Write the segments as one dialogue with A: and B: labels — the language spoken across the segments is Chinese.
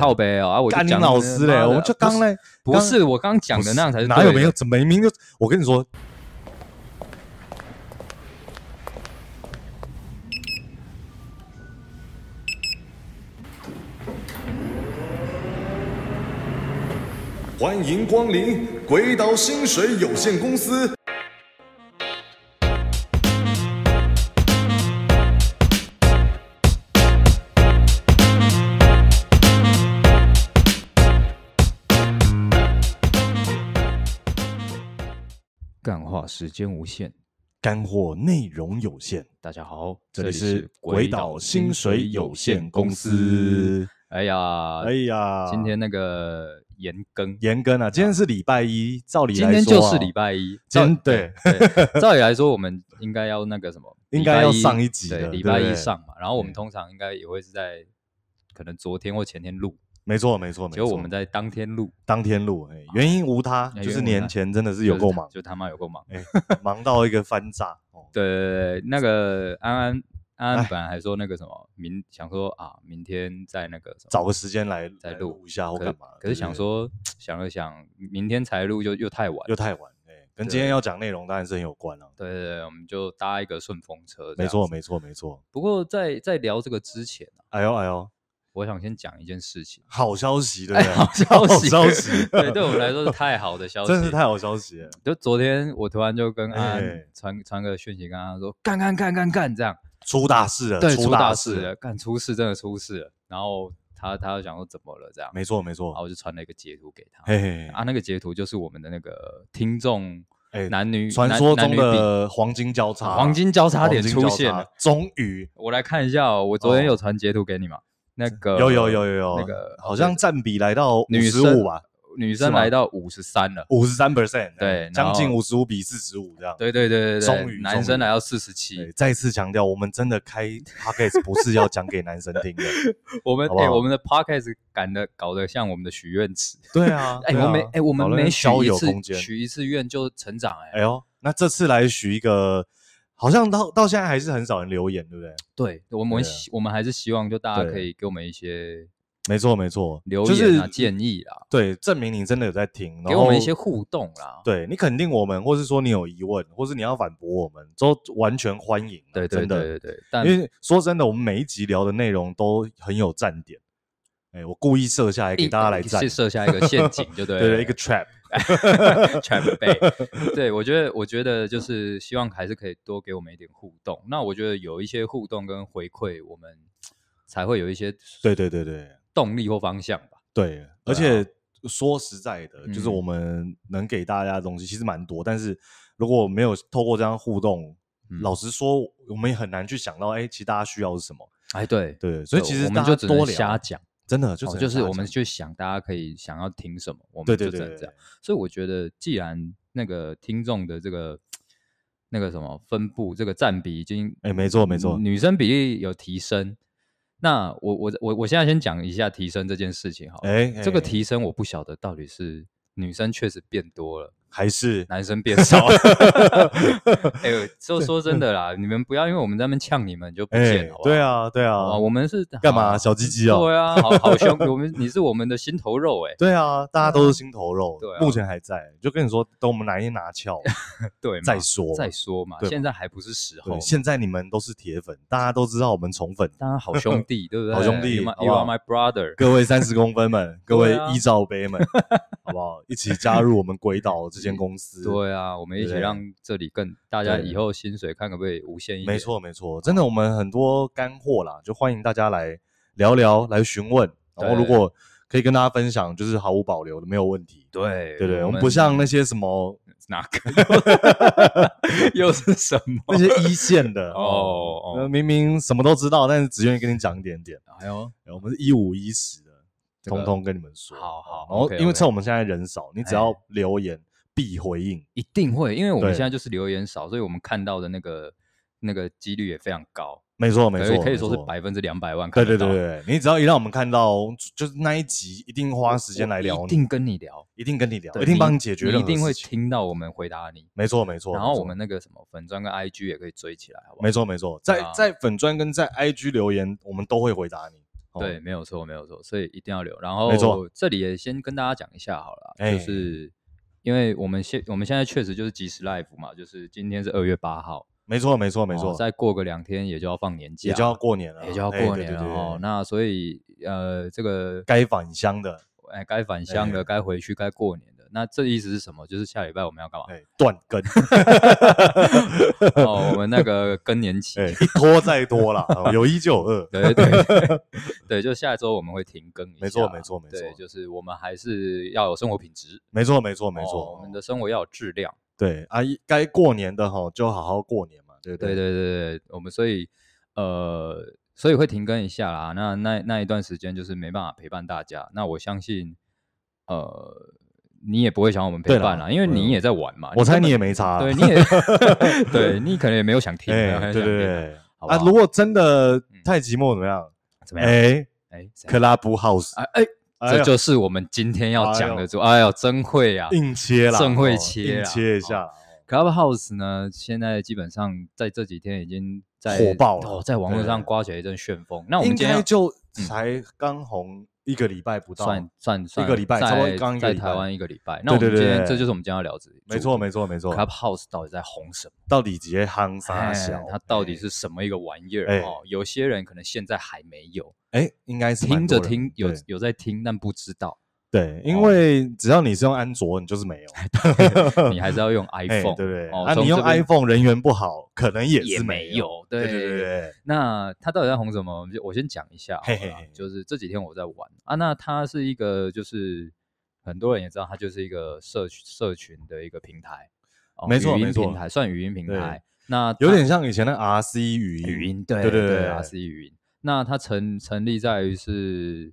A: 靠背哦，啊，我就
B: 干你
A: 讲
B: 老师嘞，
A: 妈的
B: 我们就刚嘞，
A: 不
B: 刚
A: 是我刚讲的那样才是
B: 哪有
A: 对
B: 没
A: 的
B: 有？怎么明明就我跟你说，
C: 欢迎光临鬼岛薪水有限公司。
A: 干话时间无限。
B: 干货内容有限，
A: 大家好，
B: 这里是鬼岛薪水有限公司。
A: 哎呀，
B: 哎呀，
A: 今天那个延更，
B: 严更啊，今天是礼拜一，照理
A: 今
B: 来说啊、
A: 天就是礼拜一，
B: 今
A: 照
B: 天对，
A: 对照理来说我们应该要那个什么，
B: 应该要
A: 礼
B: 上
A: 拜
B: 一
A: 一
B: 集的
A: 对，礼
B: 对嗯
A: 拜
B: 不
A: 一
B: 对
A: 上嘛。然后我们
B: 对
A: 通常应该也会是在可能昨天或前天录，
B: 没错没错没
A: 结
B: 错，
A: 果我们在当天录，
B: 当天录，哎，原因无他，
A: 哦哎
B: 就
A: 原
B: 是
A: 因无
B: 年
A: 他
B: 前真的是
A: 就
B: 有
A: 是
B: 够
A: 他
B: 忙，
A: 就他妈有够忙。
B: 哎， 忙到一个翻炸哦，
A: 对对对，那个安安安
B: 哎
A: 安本来还说那个什么，明想说啊，明天在那个什么
B: 找个时间来
A: 再
B: 来
A: 录
B: 一下或
A: 可
B: 干
A: 是
B: 嘛，
A: 可是
B: 对
A: 想
B: 对
A: 说想了想，明天才录就又太晚。
B: 又太晚，哎，跟今天要讲内容当然是很有关了、啊
A: 对啊对对，我们就搭一个顺风车。
B: 没错，没错没错，
A: 不过在在聊这个之前啊，
B: 哎呦哎呦，
A: 我想先讲一件事情。
B: 好消息对不
A: 哎，
B: 对？
A: 好消息，
B: 好消息，
A: 对，对我们来说是太好的消息，
B: 真的是太。好消息了，
A: 就昨天我突然就跟安
B: 哎
A: 安传传个讯息，跟他说干干干干干这样，
B: 出大事了，
A: 对，出
B: 大
A: 事
B: 了，
A: 了，干出事真的出事了。然后他他就想说怎么了这样，
B: 没错没
A: 然后
B: 错，
A: 我就传了一个截图给他，
B: 嘿嘿，
A: 啊，那个截图就是我们的那个听众
B: 哎
A: 啊男女
B: 传
A: 男
B: 说
A: 男
B: 中
A: 女比啊
B: 的黄金交叉，
A: 黄金交叉点
B: 黄金交
A: 出现
B: 叉
A: 了。
B: 终于
A: 我来看一下、哦，我昨天
B: 哦
A: 有传截图给你嘛？那个
B: 有有有有有，
A: 呃那个
B: 好像占比来到五
A: 女
B: 十
A: 生
B: 五吧，，
A: 女
B: 是
A: 生
B: 吗
A: 来到五十三了。
B: 五十三 percent，哎
A: 对然
B: 将近
A: 后
B: 五十五比四十五这样。
A: 对对对对
B: 终于
A: 对，
B: 终
A: 男生
B: 于
A: 来到四十
B: 对
A: 七。
B: 再次强调，我们真的开 podcast 不是要讲给男生 听的。
A: 我们
B: 好不好
A: 哎，我们的 podcast 赶的搞得像我们的许愿池。
B: 对啊，
A: 哎，
B: 对
A: 我
B: 啊
A: 们哎，我
B: 搞
A: 们
B: 得
A: 每
B: 跟
A: 许
B: 交
A: 一
B: 友空
A: 次
B: 间。
A: 许一次愿就成长
B: 哎
A: 哎。
B: 呦，那这次来许一个，好像到到现在还是很少人留言，对不对？
A: 对，我们
B: 对啊
A: 希我们还是希望就大家
B: 对
A: 可以给我们一些
B: 没错，没错，
A: 留
B: 就
A: 言啊
B: 是
A: 建议啦，
B: 对，证明你真的有在听，
A: 给
B: 然后
A: 我们一些互动啦。
B: 对你肯定我们，或是说你有疑问，或是你要反驳我们，都完全欢迎啊、
A: 对对
B: 真的
A: 对对对，但
B: 因为说真的，我们每一集聊的内容都很有站点。哎，我故意设下来给
A: 一
B: 大家来站
A: 是，设下一个陷阱，就对了，
B: 对对，一个 trap。
A: 全背。对我觉得，我觉得就是希望还是可以多给我们一点互动。那我觉得有一些互动跟回馈，我们才会有一些
B: 对对对对
A: 动力或方向吧。
B: 对，而且说实在的，就是
A: 啊嗯
B: 我们能给大家的东西其实蛮多，但是如果没有透过这样互动，
A: 嗯
B: 老实说，我们也很难去想到，哎，其实大家需要是什么。
A: 哎，对，
B: 对，所以其实
A: 我们
B: 大
A: 就
B: 家
A: 只
B: 多
A: 能
B: 聊
A: 瞎讲，
B: 真的就
A: 哦
B: 只能
A: 就是
B: 瞎
A: 我们
B: 讲
A: 去想大家可以想要听什么，我
B: 对
A: 们就
B: 对
A: 只
B: 对对
A: 能这样。所以我觉得，既然那个听众的这个那个什么分布这个占比已经，
B: 哎没错没错
A: 女生比例有提升。那我我我我现在先讲一下提升这件事情好了
B: 哎，
A: 这个
B: 哎
A: 提升我不晓得到底是女生确实变多了，
B: 还是
A: 男生 变少了。哎呦，就说真的啦，你们不要因为我们在那边呛你们就不
B: 嗯哎
A: 见，好不好
B: 对，啊对
A: 好
B: 啊
A: 吧，我们是
B: 干嘛
A: 好
B: 小鸡鸡哦
A: 对啊，好好 凶，我们你是我们的心头肉哎，
B: 对啊，大家都是心头肉，
A: 对啊哎
B: 目前还在，就跟你说，等我们哪一天拿翘
A: 对嘛，
B: 再说
A: 再说嘛，
B: 对嘛
A: 现在还不是时候
B: 对，
A: 嘛，
B: 现在你们都是铁粉，大家都知道我们宠粉，
A: 当然好兄弟，对不对？
B: 好兄弟
A: You are-
B: 好不
A: you
B: 好
A: are my brother，
B: 各位三十公 分们，各位
A: 对啊
B: 一罩杯 们，好不好？一起加入我们鬼岛这间公司。，
A: 对啊，我们一起
B: 对
A: 让这里更大家
B: 对
A: 以后薪水看可不可以无限一点，
B: 没错没错，真的我们很多干货啦，就欢迎大家来聊聊，来询问，然后
A: 对
B: 如果可以跟大家分享，就是毫无保留的，没有问题。
A: 对
B: 对对，我们不像那些什 么
A: 哪个 又是什么？
B: 那些一线 的
A: 哦哦
B: 呃明明什么都知道，但是只愿意跟你讲一点点。
A: 哎呦，
B: 我们是一五一十的，
A: 这个
B: 通通跟你们说。
A: 好好
B: 然后
A: OK，
B: 因为
A: OK
B: 趁我们现在人少，你只要
A: 哎
B: 留言必回应。
A: 一定会，因为我们
B: 对
A: 现在就是留言少，所以我们看到的那个那个几率也非常高，
B: 没错，没
A: 可以
B: 错，
A: 可以说
B: 没
A: 是
B: 错。
A: 百分之两百万
B: 对
A: 看
B: 对
A: 得到。
B: 对对，你只要一让我们看到，就是那一集一定花时间来聊
A: 我
B: 你，
A: 一定跟你聊，
B: 一定跟你聊，
A: 对
B: 一定帮你解决
A: 你
B: 任
A: 一
B: 何
A: 定会
B: 事情。
A: 听到我们回答你。
B: 没错没错。
A: 然后
B: 没错
A: 我们那个什么粉砖跟 IG 也可以追起来，好不好？
B: 没错没错，
A: 对
B: 在
A: 啊
B: 在粉砖跟在 IG 留言，我们都会回答你。哦
A: 对，，没有错，没有错，所以一定要留。然后，
B: 没错，
A: 这里也先跟大家讲一下好了，
B: 哎
A: 就是因为我们现我们现在确实就是即时 live 嘛，就是今天是二月八号，
B: 没错，没错，没
A: 哦
B: 错，
A: 再过个两天也就要放年假，
B: 也就要过年了，
A: 啊也就要
B: 哎
A: 过
B: 对
A: 年了
B: 对对
A: 哦。
B: 对
A: 那所以呃，这个
B: 该返乡的，
A: 哎该返乡
B: 哎
A: 的，该回去，该过年的。那这意思是什么？就是下礼拜我们要干嘛？
B: 哎，断根，
A: 哦，我们那个更年期，
B: 哎，一拖再拖啦， 哦有一就有二，
A: 对对 对对，就下周我们会停更一下，
B: 没错没错没
A: 对
B: 错
A: 就是我们还是要有生活品质，
B: 没错，没错，没
A: 哦我
B: 错
A: 们，的生活要有质量，
B: 对啊，一该过年的哈，就好好过年嘛，对不
A: 对对对对，我们所以呃，所以会停更一下啦。那那那一段时间就是没办法陪伴大家，那我相信呃，你也不会想我们陪
B: 对啦
A: 伴啦，因为
B: 对
A: 你也在玩嘛，
B: 我猜
A: 根
B: 你
A: 本
B: 也没差啦，
A: 对，你 也对你可能也没有想听，没有
B: 哎，
A: 很
B: 对对
A: 想听啊
B: 对，
A: 好不
B: 啊，
A: 好
B: 如果真的太寂寞怎么样？
A: 怎么样？
B: 哎
A: 哎，怎样
B: ，Club House，
A: 哎哎，
B: 哎
A: 这
B: 呀
A: 就是我们今天要讲的主。哎呦，真会啊
B: 硬切啦，
A: 正会
B: 哦
A: 切
B: 硬
A: 啦哦
B: 切一下啦。
A: ！Clubhouse 呢，现在基本上在这几天已经在
B: 火爆了
A: 哦，在网络上
B: 对
A: 刮起了一阵旋风。那我
B: 应
A: 们今天
B: 该
A: 要嗯
B: 就才刚红一个礼拜不到，
A: 算算算
B: 个礼拜差不多
A: 在
B: 刚一个
A: 在
B: 礼拜
A: 台湾一个礼拜。那我
B: 对
A: 们
B: 对
A: 今天
B: 对
A: 这就是我们今天要聊的主题，
B: 没错没错没错。啊
A: Clubhouse 到底在红什么？
B: 到底直接夯啥小
A: 哎？它到底是什么一个玩意
B: 哦哎
A: 儿？哦，有些人可能现在还没有
B: 哎，哎应该是蛮
A: 听着
B: 多人
A: 听，哦有
B: 对
A: 有在听，但不知道。
B: 对，因为只要你是用安卓，你就 是没有
A: 你还是要用 iPhone，
B: 嗯 哎对不对？
A: 哦
B: 啊，
A: 从
B: 你用
A: 这边
B: iPhone 人缘不好，可能也
A: 也
B: 是
A: 没
B: 有。
A: 有，
B: 对对对对，
A: 那它到底在红什么？我们就我先讲一下好了啦
B: 嘿嘿嘿
A: 就是这几天我在玩啊，那它是一个就是很多人也知道，它就是一个社区社群的一个平台，哦
B: 没错
A: 语
B: 没
A: 音
B: 错
A: 平台算语音平
B: 对
A: 台，那
B: 有
A: 它
B: 点像以前的 RC 语音，
A: 语音，对
B: 对对对
A: ，RC 语音。那它成成立在于是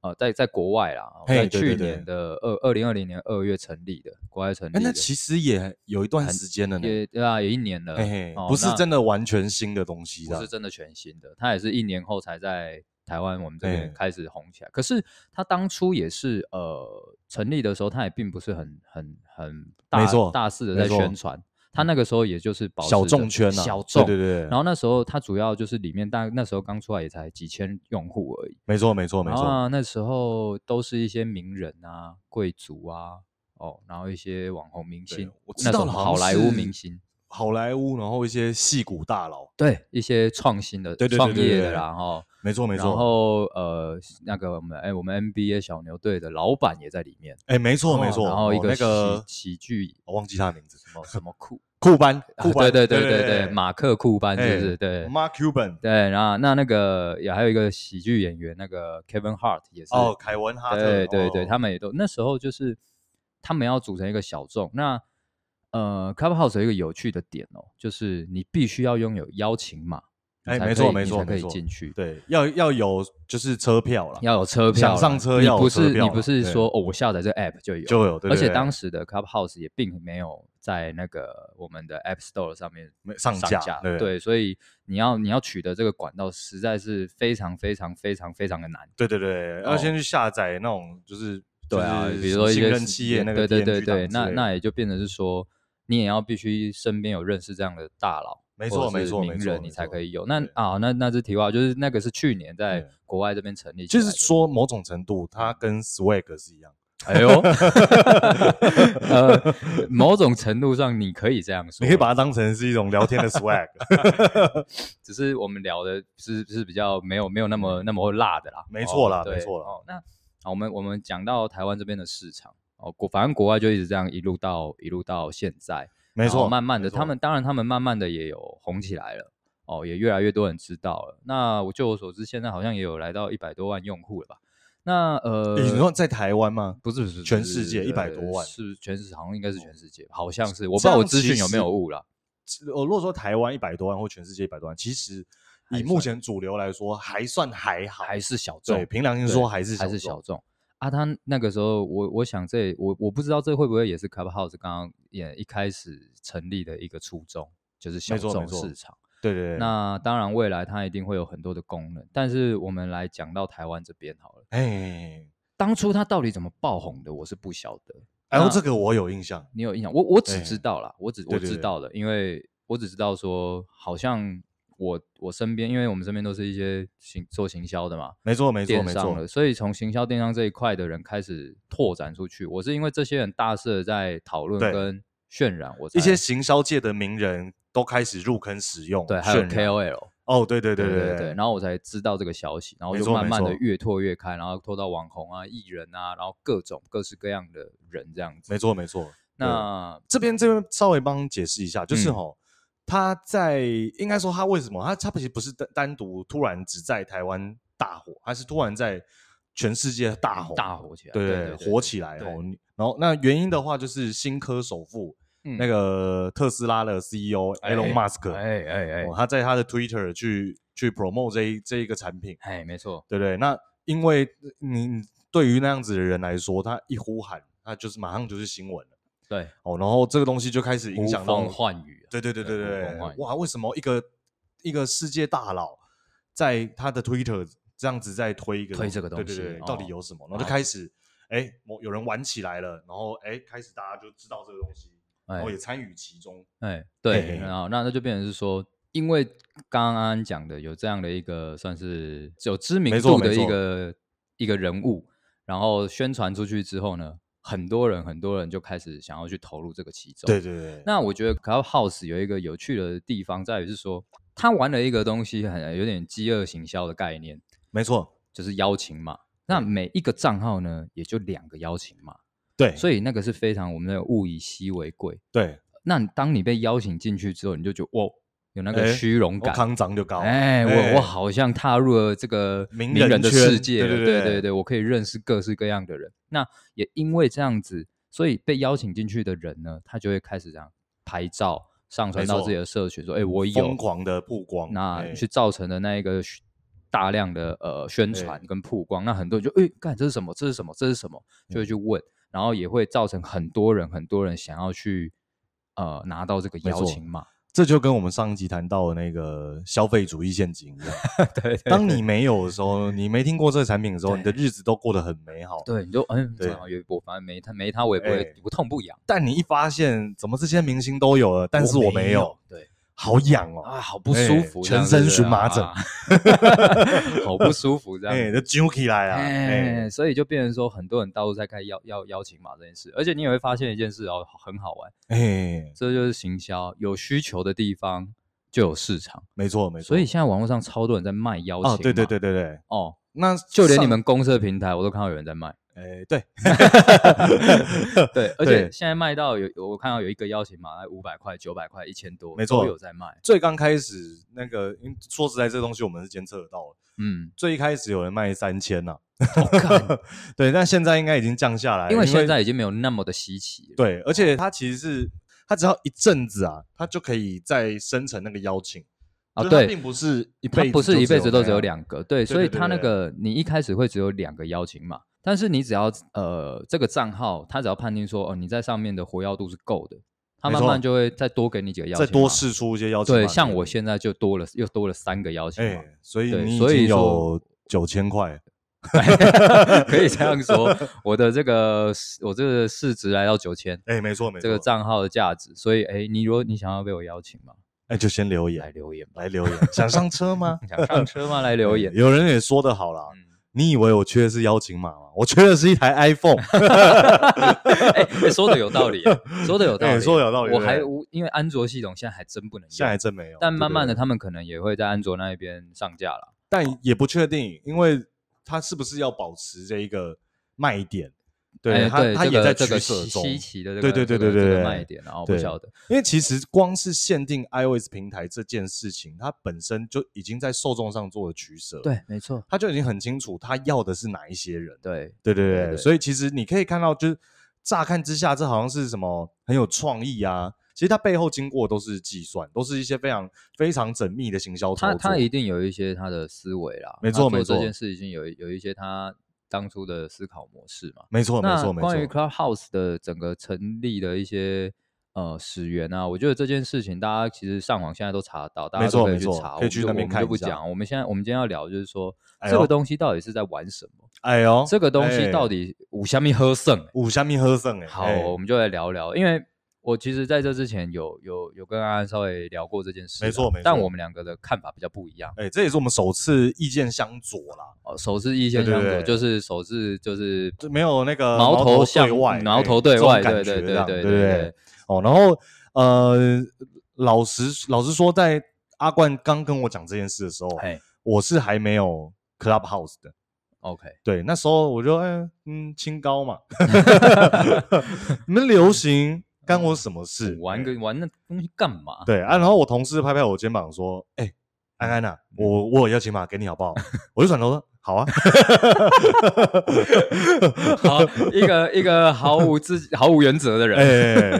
A: 呃，在在国外啦，哦
B: 嘿
A: 在去
B: 对对对
A: 年的二二零二零年二月成立的，国外成立
B: 哎，
A: 的。
B: 那其实也有一段时间了呢，
A: 也对啊，也一年了，
B: 嘿嘿
A: 哦，
B: 不是
A: 那
B: 真的完全新的东西
A: 不
B: 啦
A: 是。真的全新的，它也是一年后才在台湾我们这
B: 哎
A: 边开始红起来。可是它当初也是呃成立的时候，它也并不是很很很大
B: 没错
A: 大肆的
B: 没
A: 在
B: 错
A: 宣传。它那个时候也就是保持
B: 小
A: 着
B: 众圈啊，
A: 小众。
B: 对对对，
A: 然后那时候它主要就是里面大那时候刚出来也才几千用户而已。
B: 没错没错没
A: 然后
B: 错，
A: 啊那时候都是一些名人啊、贵族啊，哦，然后一些网红明
B: 对
A: 星，
B: 我知
A: 那时
B: 道
A: 候
B: 了
A: 好莱坞明星，，
B: 好像是好莱坞，然后一些戏骨大佬，
A: 对一些创新的、
B: 对对对
A: 创
B: 对
A: 业
B: 对
A: 的啦，哈，
B: 没错没错。
A: 然后呃，那个我们哎，我们 NBA 小牛队的老板也在里面，
B: 哎，没错没
A: 哦
B: 错，
A: 然后一
B: 哦
A: 个
B: 那
A: 喜
B: 个
A: 喜剧
B: 我忘记他的名字，
A: 什 么什么库，
B: 库班，
A: 啊
B: 库班，
A: 对对对对对，马克库班
B: 哎
A: 是不是？对
B: Mark Cuban，
A: 对，然后那那个也还有一个喜剧演员，那个 Kevin Hart 也是，
B: 哦，凯文哈特，
A: 对对对，
B: 哦
A: 他们也都那时候就是他们要组成一个小众。那呃，Clubhouse 有一个有趣的点哦，就是你必须要拥有邀请码，你
B: 哎
A: 才
B: 没
A: 可
B: 错
A: 以
B: 没
A: 你
B: 错
A: 才可
B: 没
A: 以
B: 错
A: 进去。
B: 对要要有就是车票了，
A: 要有车票啦，
B: 想上车
A: 你
B: 要有
A: 不
B: 车
A: 是
B: 票
A: 你
B: 啦
A: 不是
B: 对
A: 说哦，我下载这 app 就有，
B: 就有，对
A: 而且
B: 对
A: 当时的 Clubhouse 也并没有在那个我们的 App Store 上面
B: 没上
A: 上
B: 架
A: 架，
B: 对
A: 对，所以你要你要取得这个管道实在是非常非常非常非常的难。
B: 对对对，要先去下载那种就是
A: 对啊，
B: 就是
A: 比如说一
B: 信
A: 些
B: 任企业那个
A: 对对对
B: DNG 档
A: 对，
B: 之
A: 那
B: 类的
A: 那也就变成是说，你也要必须身边有认识这样的大佬，
B: 没
A: 或
B: 错
A: 者
B: 没
A: 是
B: 错没
A: 名
B: 错
A: 人
B: 没
A: 你才
B: 错
A: 可以有。那
B: 对
A: 啊，那那是题外话，就是那个是去年在
B: 对
A: 国外这边成立，
B: 就是，说某种程度它跟 Swag 是一样，
A: 哎呦， 呃，某种程度上你可以这样说，
B: 你可以把它当成是一种聊天的 Swag，
A: 只是我们聊的是是比较没有没有那么那么会辣的啦，
B: 嗯没错啦
A: 哦对
B: 没错啦
A: 哦，那好，我们我们讲到台湾这边的市场哦，国反正国外就一直这样一路到一路到现在，
B: 没
A: 然
B: 错，
A: 后慢慢的，
B: 没错
A: 他们当然他们慢慢的也有红起来了，哦，也越来越多人知道了。那我就我所知，现在好像也有来到一百多万用户了吧？那呃，
B: 你说在台湾吗？
A: 不是不是不是
B: 全世界
A: 呃
B: 100多万
A: 是全世好像应该是全世界吧，好像是我不知道我资讯有没有误啦。
B: 我如果说台湾一百多万或全世界一百多万，其实
A: 还
B: 以
A: 算
B: 目前主流来说还算还好，
A: 还是小众
B: 对，，凭良心
A: 对
B: 说还是
A: 还是
B: 众
A: 小众啊。他那个时候，我我想这我我不知道这会不会也是 Clubhouse 刚刚也一开始成立的一个初衷，就是小
B: 没错没
A: 众
B: 错
A: 市场。
B: 对对对，
A: 那当然，未来它一定会有很多的功能，但是我们来讲到台湾这边好了。
B: 哎，
A: 当初它到底怎么爆红的，我是不晓得。
B: 哎
A: 那
B: 呦，这个我有印象，
A: 你有印象？我我只
B: 哎
A: 知道啦，我只
B: 对
A: 我
B: 对
A: 知
B: 对
A: 道的，因为我只知道说，好像我我身边，因为我们身边都是一些行做行销的嘛，
B: 没错没错
A: 电
B: 没
A: 商
B: 错
A: 了，，所以从行销电商这一块的人开始拓展出去。我是因为这些人大肆的在讨论
B: 对
A: 跟渲染，我才
B: 一些行销界的名人都开始入坑使用，
A: 对还有
B: 渲染
A: KOL，
B: 哦，对对
A: 对
B: 对
A: 对
B: 对
A: 然，后我才知道这个消息，然后
B: 没
A: 就
B: 错
A: 慢
B: 没
A: 慢的
B: 错
A: 越拓越开，然后拓到网红啊、艺人啊，然后各种各式各样的人这样子。
B: 没错没错。
A: 那
B: 这边这边稍微帮解释一下，就是
A: 嗯
B: 吼，他在应该说他为什么他他其实不是单单独突然只在台湾大火，他是突然在全世界大火
A: 大火起来，
B: 对
A: 对对，
B: 火起来吼
A: 对。
B: 你然后那原因的话，就是新科首富、那
A: 那
B: 个特斯拉的 CEO
A: 嗯哎
B: Elon Musk，、
A: 哎哎哎
B: 哦，他在他的 Twitter 去去 promote 这一这一个产品，
A: 哎，没错，
B: 对不对？那因为你你对于那样子的人来说，他一呼喊，他就是马上就是新闻了
A: 对，
B: 哦，然后这个东西就开始影响
A: 呼
B: 到
A: 风唤雨啊，
B: 对对对对
A: 对呼
B: 对
A: 风唤，雨
B: 哇，为什么一个一个世界大佬在他的 Twitter 这样子在推一个
A: 推这个东
B: 对对对，
A: 西
B: 到底
A: 哦
B: 有什么？然后
A: 哦
B: 就开始，哎，某有人玩起来了，然后哎，开始大家就知道这个东西，然
A: 哎
B: 后也参与其中。
A: 哎，
B: 哦嘿
A: 对，
B: 嘿嘿
A: 然后那那就变成是说，因为刚刚讲的有这样的一个算是有知名
B: 没错
A: 度的
B: 没错
A: 一个一个人物，然后宣传出去之后呢，很多人很多人就开始想要去投入这个其中。
B: 对对对，
A: 那我觉得 Clubhouse 有一个有趣的地方在于是说，他玩了一个东西很有点饥饿行销的概念，
B: 没错，
A: 就是邀请码。那每一个账号呢，也就两个邀请码，
B: 对，以
A: 所以那个是非常我们的物以稀为贵。
B: 对，
A: 那当你被邀请进去之后，你就觉得哇，有那
B: 哎
A: 个虚荣
B: 我
A: 感。
B: 康长就高，
A: 哎，
B: 哎
A: 我我好像踏入了这个
B: 名
A: 名
B: 人
A: 人的
B: 圈
A: 世界了，
B: 对对
A: 对
B: 对
A: 对我可以认识各式各样的人。那也因为这样子，所以被邀请进去的人呢，他就会开始这样拍照上传
B: 没
A: 到
B: 错嗯
A: 自己的社群，说：“哎，我有
B: 疯。狂的曝光，”
A: 那
B: 哎
A: 去造成的那一个宣大量的呃宣传
B: 对
A: 跟曝光，那很多人就哎，干这是什么？这是什么？这是什么？
B: 嗯
A: 就会去问，然后也会造成很多人很多人想要去呃拿到这个
B: 没
A: 邀
B: 错
A: 请码。
B: 这就跟我们上一集谈到的那个消费主义陷阱一样。
A: 对，对
B: 当你没有的时候，你没听过这个产品的时候，你的日子都过得很美好。
A: 对，你就嗯，
B: 对
A: 正好有一波，反正没他没他，我也不会、
B: 哎
A: 不痛不痒。
B: 但你一发现，怎么这些明星都有了，但是我没有，，
A: 对
B: 好痒哦！
A: 啊，好不舒服，
B: 哎
A: 这样
B: 全身
A: 子
B: 荨麻疹
A: 啊 好不舒服这样
B: 哎，
A: 子。
B: 就揪起来啊！
A: 哎，
B: 哎，
A: 所以就变成说，很多人到处在开邀邀邀请码这件事，而且你也会发现一件事哦，很好玩，
B: 哎，
A: 这就是行销，有需求的地方就有市场，
B: 没错没错。
A: 所以现在网络上超多人在卖邀请码，
B: 啊，对对对对对，
A: 哦，
B: 那
A: 就连你
B: 上
A: 们公社平台我都看到有人在卖，
B: 哎， 对
A: 对，而
B: 对
A: 且现在卖到有我看到有一个邀请码，哎五百块、九百块、一千多，
B: 没错
A: 都有在卖，
B: 最刚开始那个，因为说实在，这东西我们是监测得到的。
A: 嗯，
B: 最一开始有人卖三千呐，
A: 我看，
B: 对，但现在应该已经降下来 了，
A: 因为现在已经没有那么的稀奇了。
B: 对，而且它其实是它只要一阵子啊，它就可以再生成那个邀请
A: 啊
B: 就是它
A: 对
B: 并不是一辈
A: 它
B: 子
A: 不是一辈子都
B: 那
A: 只有
B: 样
A: 两个，对，
B: 对
A: 所以
B: 对
A: 它那
B: 对
A: 个你一开始会只有两个邀请码，但是你只要呃这个账号，它只要判定说哦你在上面的活跃度是够的，它
B: 没
A: 慢
B: 错
A: 慢就会再多给你几个邀请码，
B: 再多试出一些邀请码
A: 对，
B: 给
A: 像
B: 你
A: 我现在就多了又多了三个邀请码
B: 哎，，所以
A: 对
B: 你已
A: 所以
B: 经有
A: 说
B: 九千块，哎
A: 可以这样说，我的这个我这个市值来到九千，
B: 哎，没错没错，
A: 这个账号的价值，所以哎，你如果你想要被我邀请嘛，
B: 哎就先留
A: 来
B: 言
A: 留言吧，
B: 来留言，想上车吗？
A: 你想上车吗？来 留言
B: 哎，有人也说的好啦，
A: 嗯
B: 你以为我缺的是邀请码吗？我缺的是一台 iPhone，
A: 哎、哎说的有道理耶，说的有道理
B: 哎
A: 耶，
B: 说得有道理
A: 我
B: 对
A: 还无，因为安卓系统现在还真不能用，
B: 现在还真没有。
A: 但慢慢的，
B: 对，
A: 他们可能也会在安卓那一边上架了。
B: 对对但也不确定，因为它是不是要保持这一个卖点？对，
A: 哎
B: 它
A: 对
B: 它
A: 这
B: 也
A: 个
B: 在取
A: 这个
B: 舍
A: 稀
B: 中。
A: 稀奇的这个
B: 对对对
A: 这个
B: 对对
A: 这
B: 对
A: 个卖点，然后不
B: 对
A: 晓得，
B: 因为其实光是限定 iOS 平台这件事情，它本身就已经在受众上做了取舍，，
A: 对，没错，
B: 它就已经很清楚它要的是哪一些人，
A: 对
B: 对对对
A: 对对
B: 所以其实你可以看到，就是乍看之下，这好像是什么很有创意啊，其实它背后经过都是计算，都是一些非常非常缜密的行销操
A: 他
B: 作，
A: 他一定有一些他的思维啦，
B: 没
A: 他
B: 错
A: 做
B: 没错
A: 这件事已经有有一些他当初的思考模式嘛。
B: 没错没
A: 那
B: 错没
A: 关于
B: 错，
A: Clubhouse 的整个成立的一些呃始源啊，我觉得这件事情大家其实上网现在都查得到，大
B: 没
A: 家
B: 错
A: 都可以
B: 没
A: 去
B: 错
A: 查，
B: 可以去
A: 我
B: 那
A: 们就我们
B: 边看
A: 就
B: 一
A: 不
B: 下
A: 讲。我们现在我们今天要聊就是说、
B: 哎
A: 这
B: 呦
A: 个东西到底是在玩什么，
B: 哎呦，
A: 这个东西
B: 哎
A: 到底五虾米喝剩、
B: 五虾米喝剩哎，
A: 好，
B: 哎
A: 我们就来聊聊，因为我其实在这之前有有有跟安安稍微聊过这件事啦，
B: 没错没错
A: 但我们两个的看法比较不一样。
B: 哎、这也是我们首次意见相左啦，
A: 哦，首次意见
B: 对对
A: 相左，
B: 对
A: 就是首次就是
B: 就没有那个
A: 矛
B: 头
A: 向
B: 对外，
A: 矛
B: 哎
A: 头对
B: 这种
A: 外，
B: 感
A: 对
B: 觉
A: 对
B: 这
A: 对
B: 样
A: 对
B: 对不
A: 对。
B: 哦，然后呃，老实老实说，在阿冠刚跟我讲这件事的时候，
A: 哎
B: 我是还没有 Clubhouse 的。
A: ，OK，
B: 对，那时候我就哎嗯，清 高嘛，你们流行干我什么事？
A: 哦嗯玩个玩那东西干嘛？
B: 对啊，然后我同事拍拍我肩膀说：“哎、安安呐、啊，
A: 嗯
B: 我我有邀请码给你好不 好？”我就转头说：“好啊。
A: 好，一个一个毫无自毫无原则的人，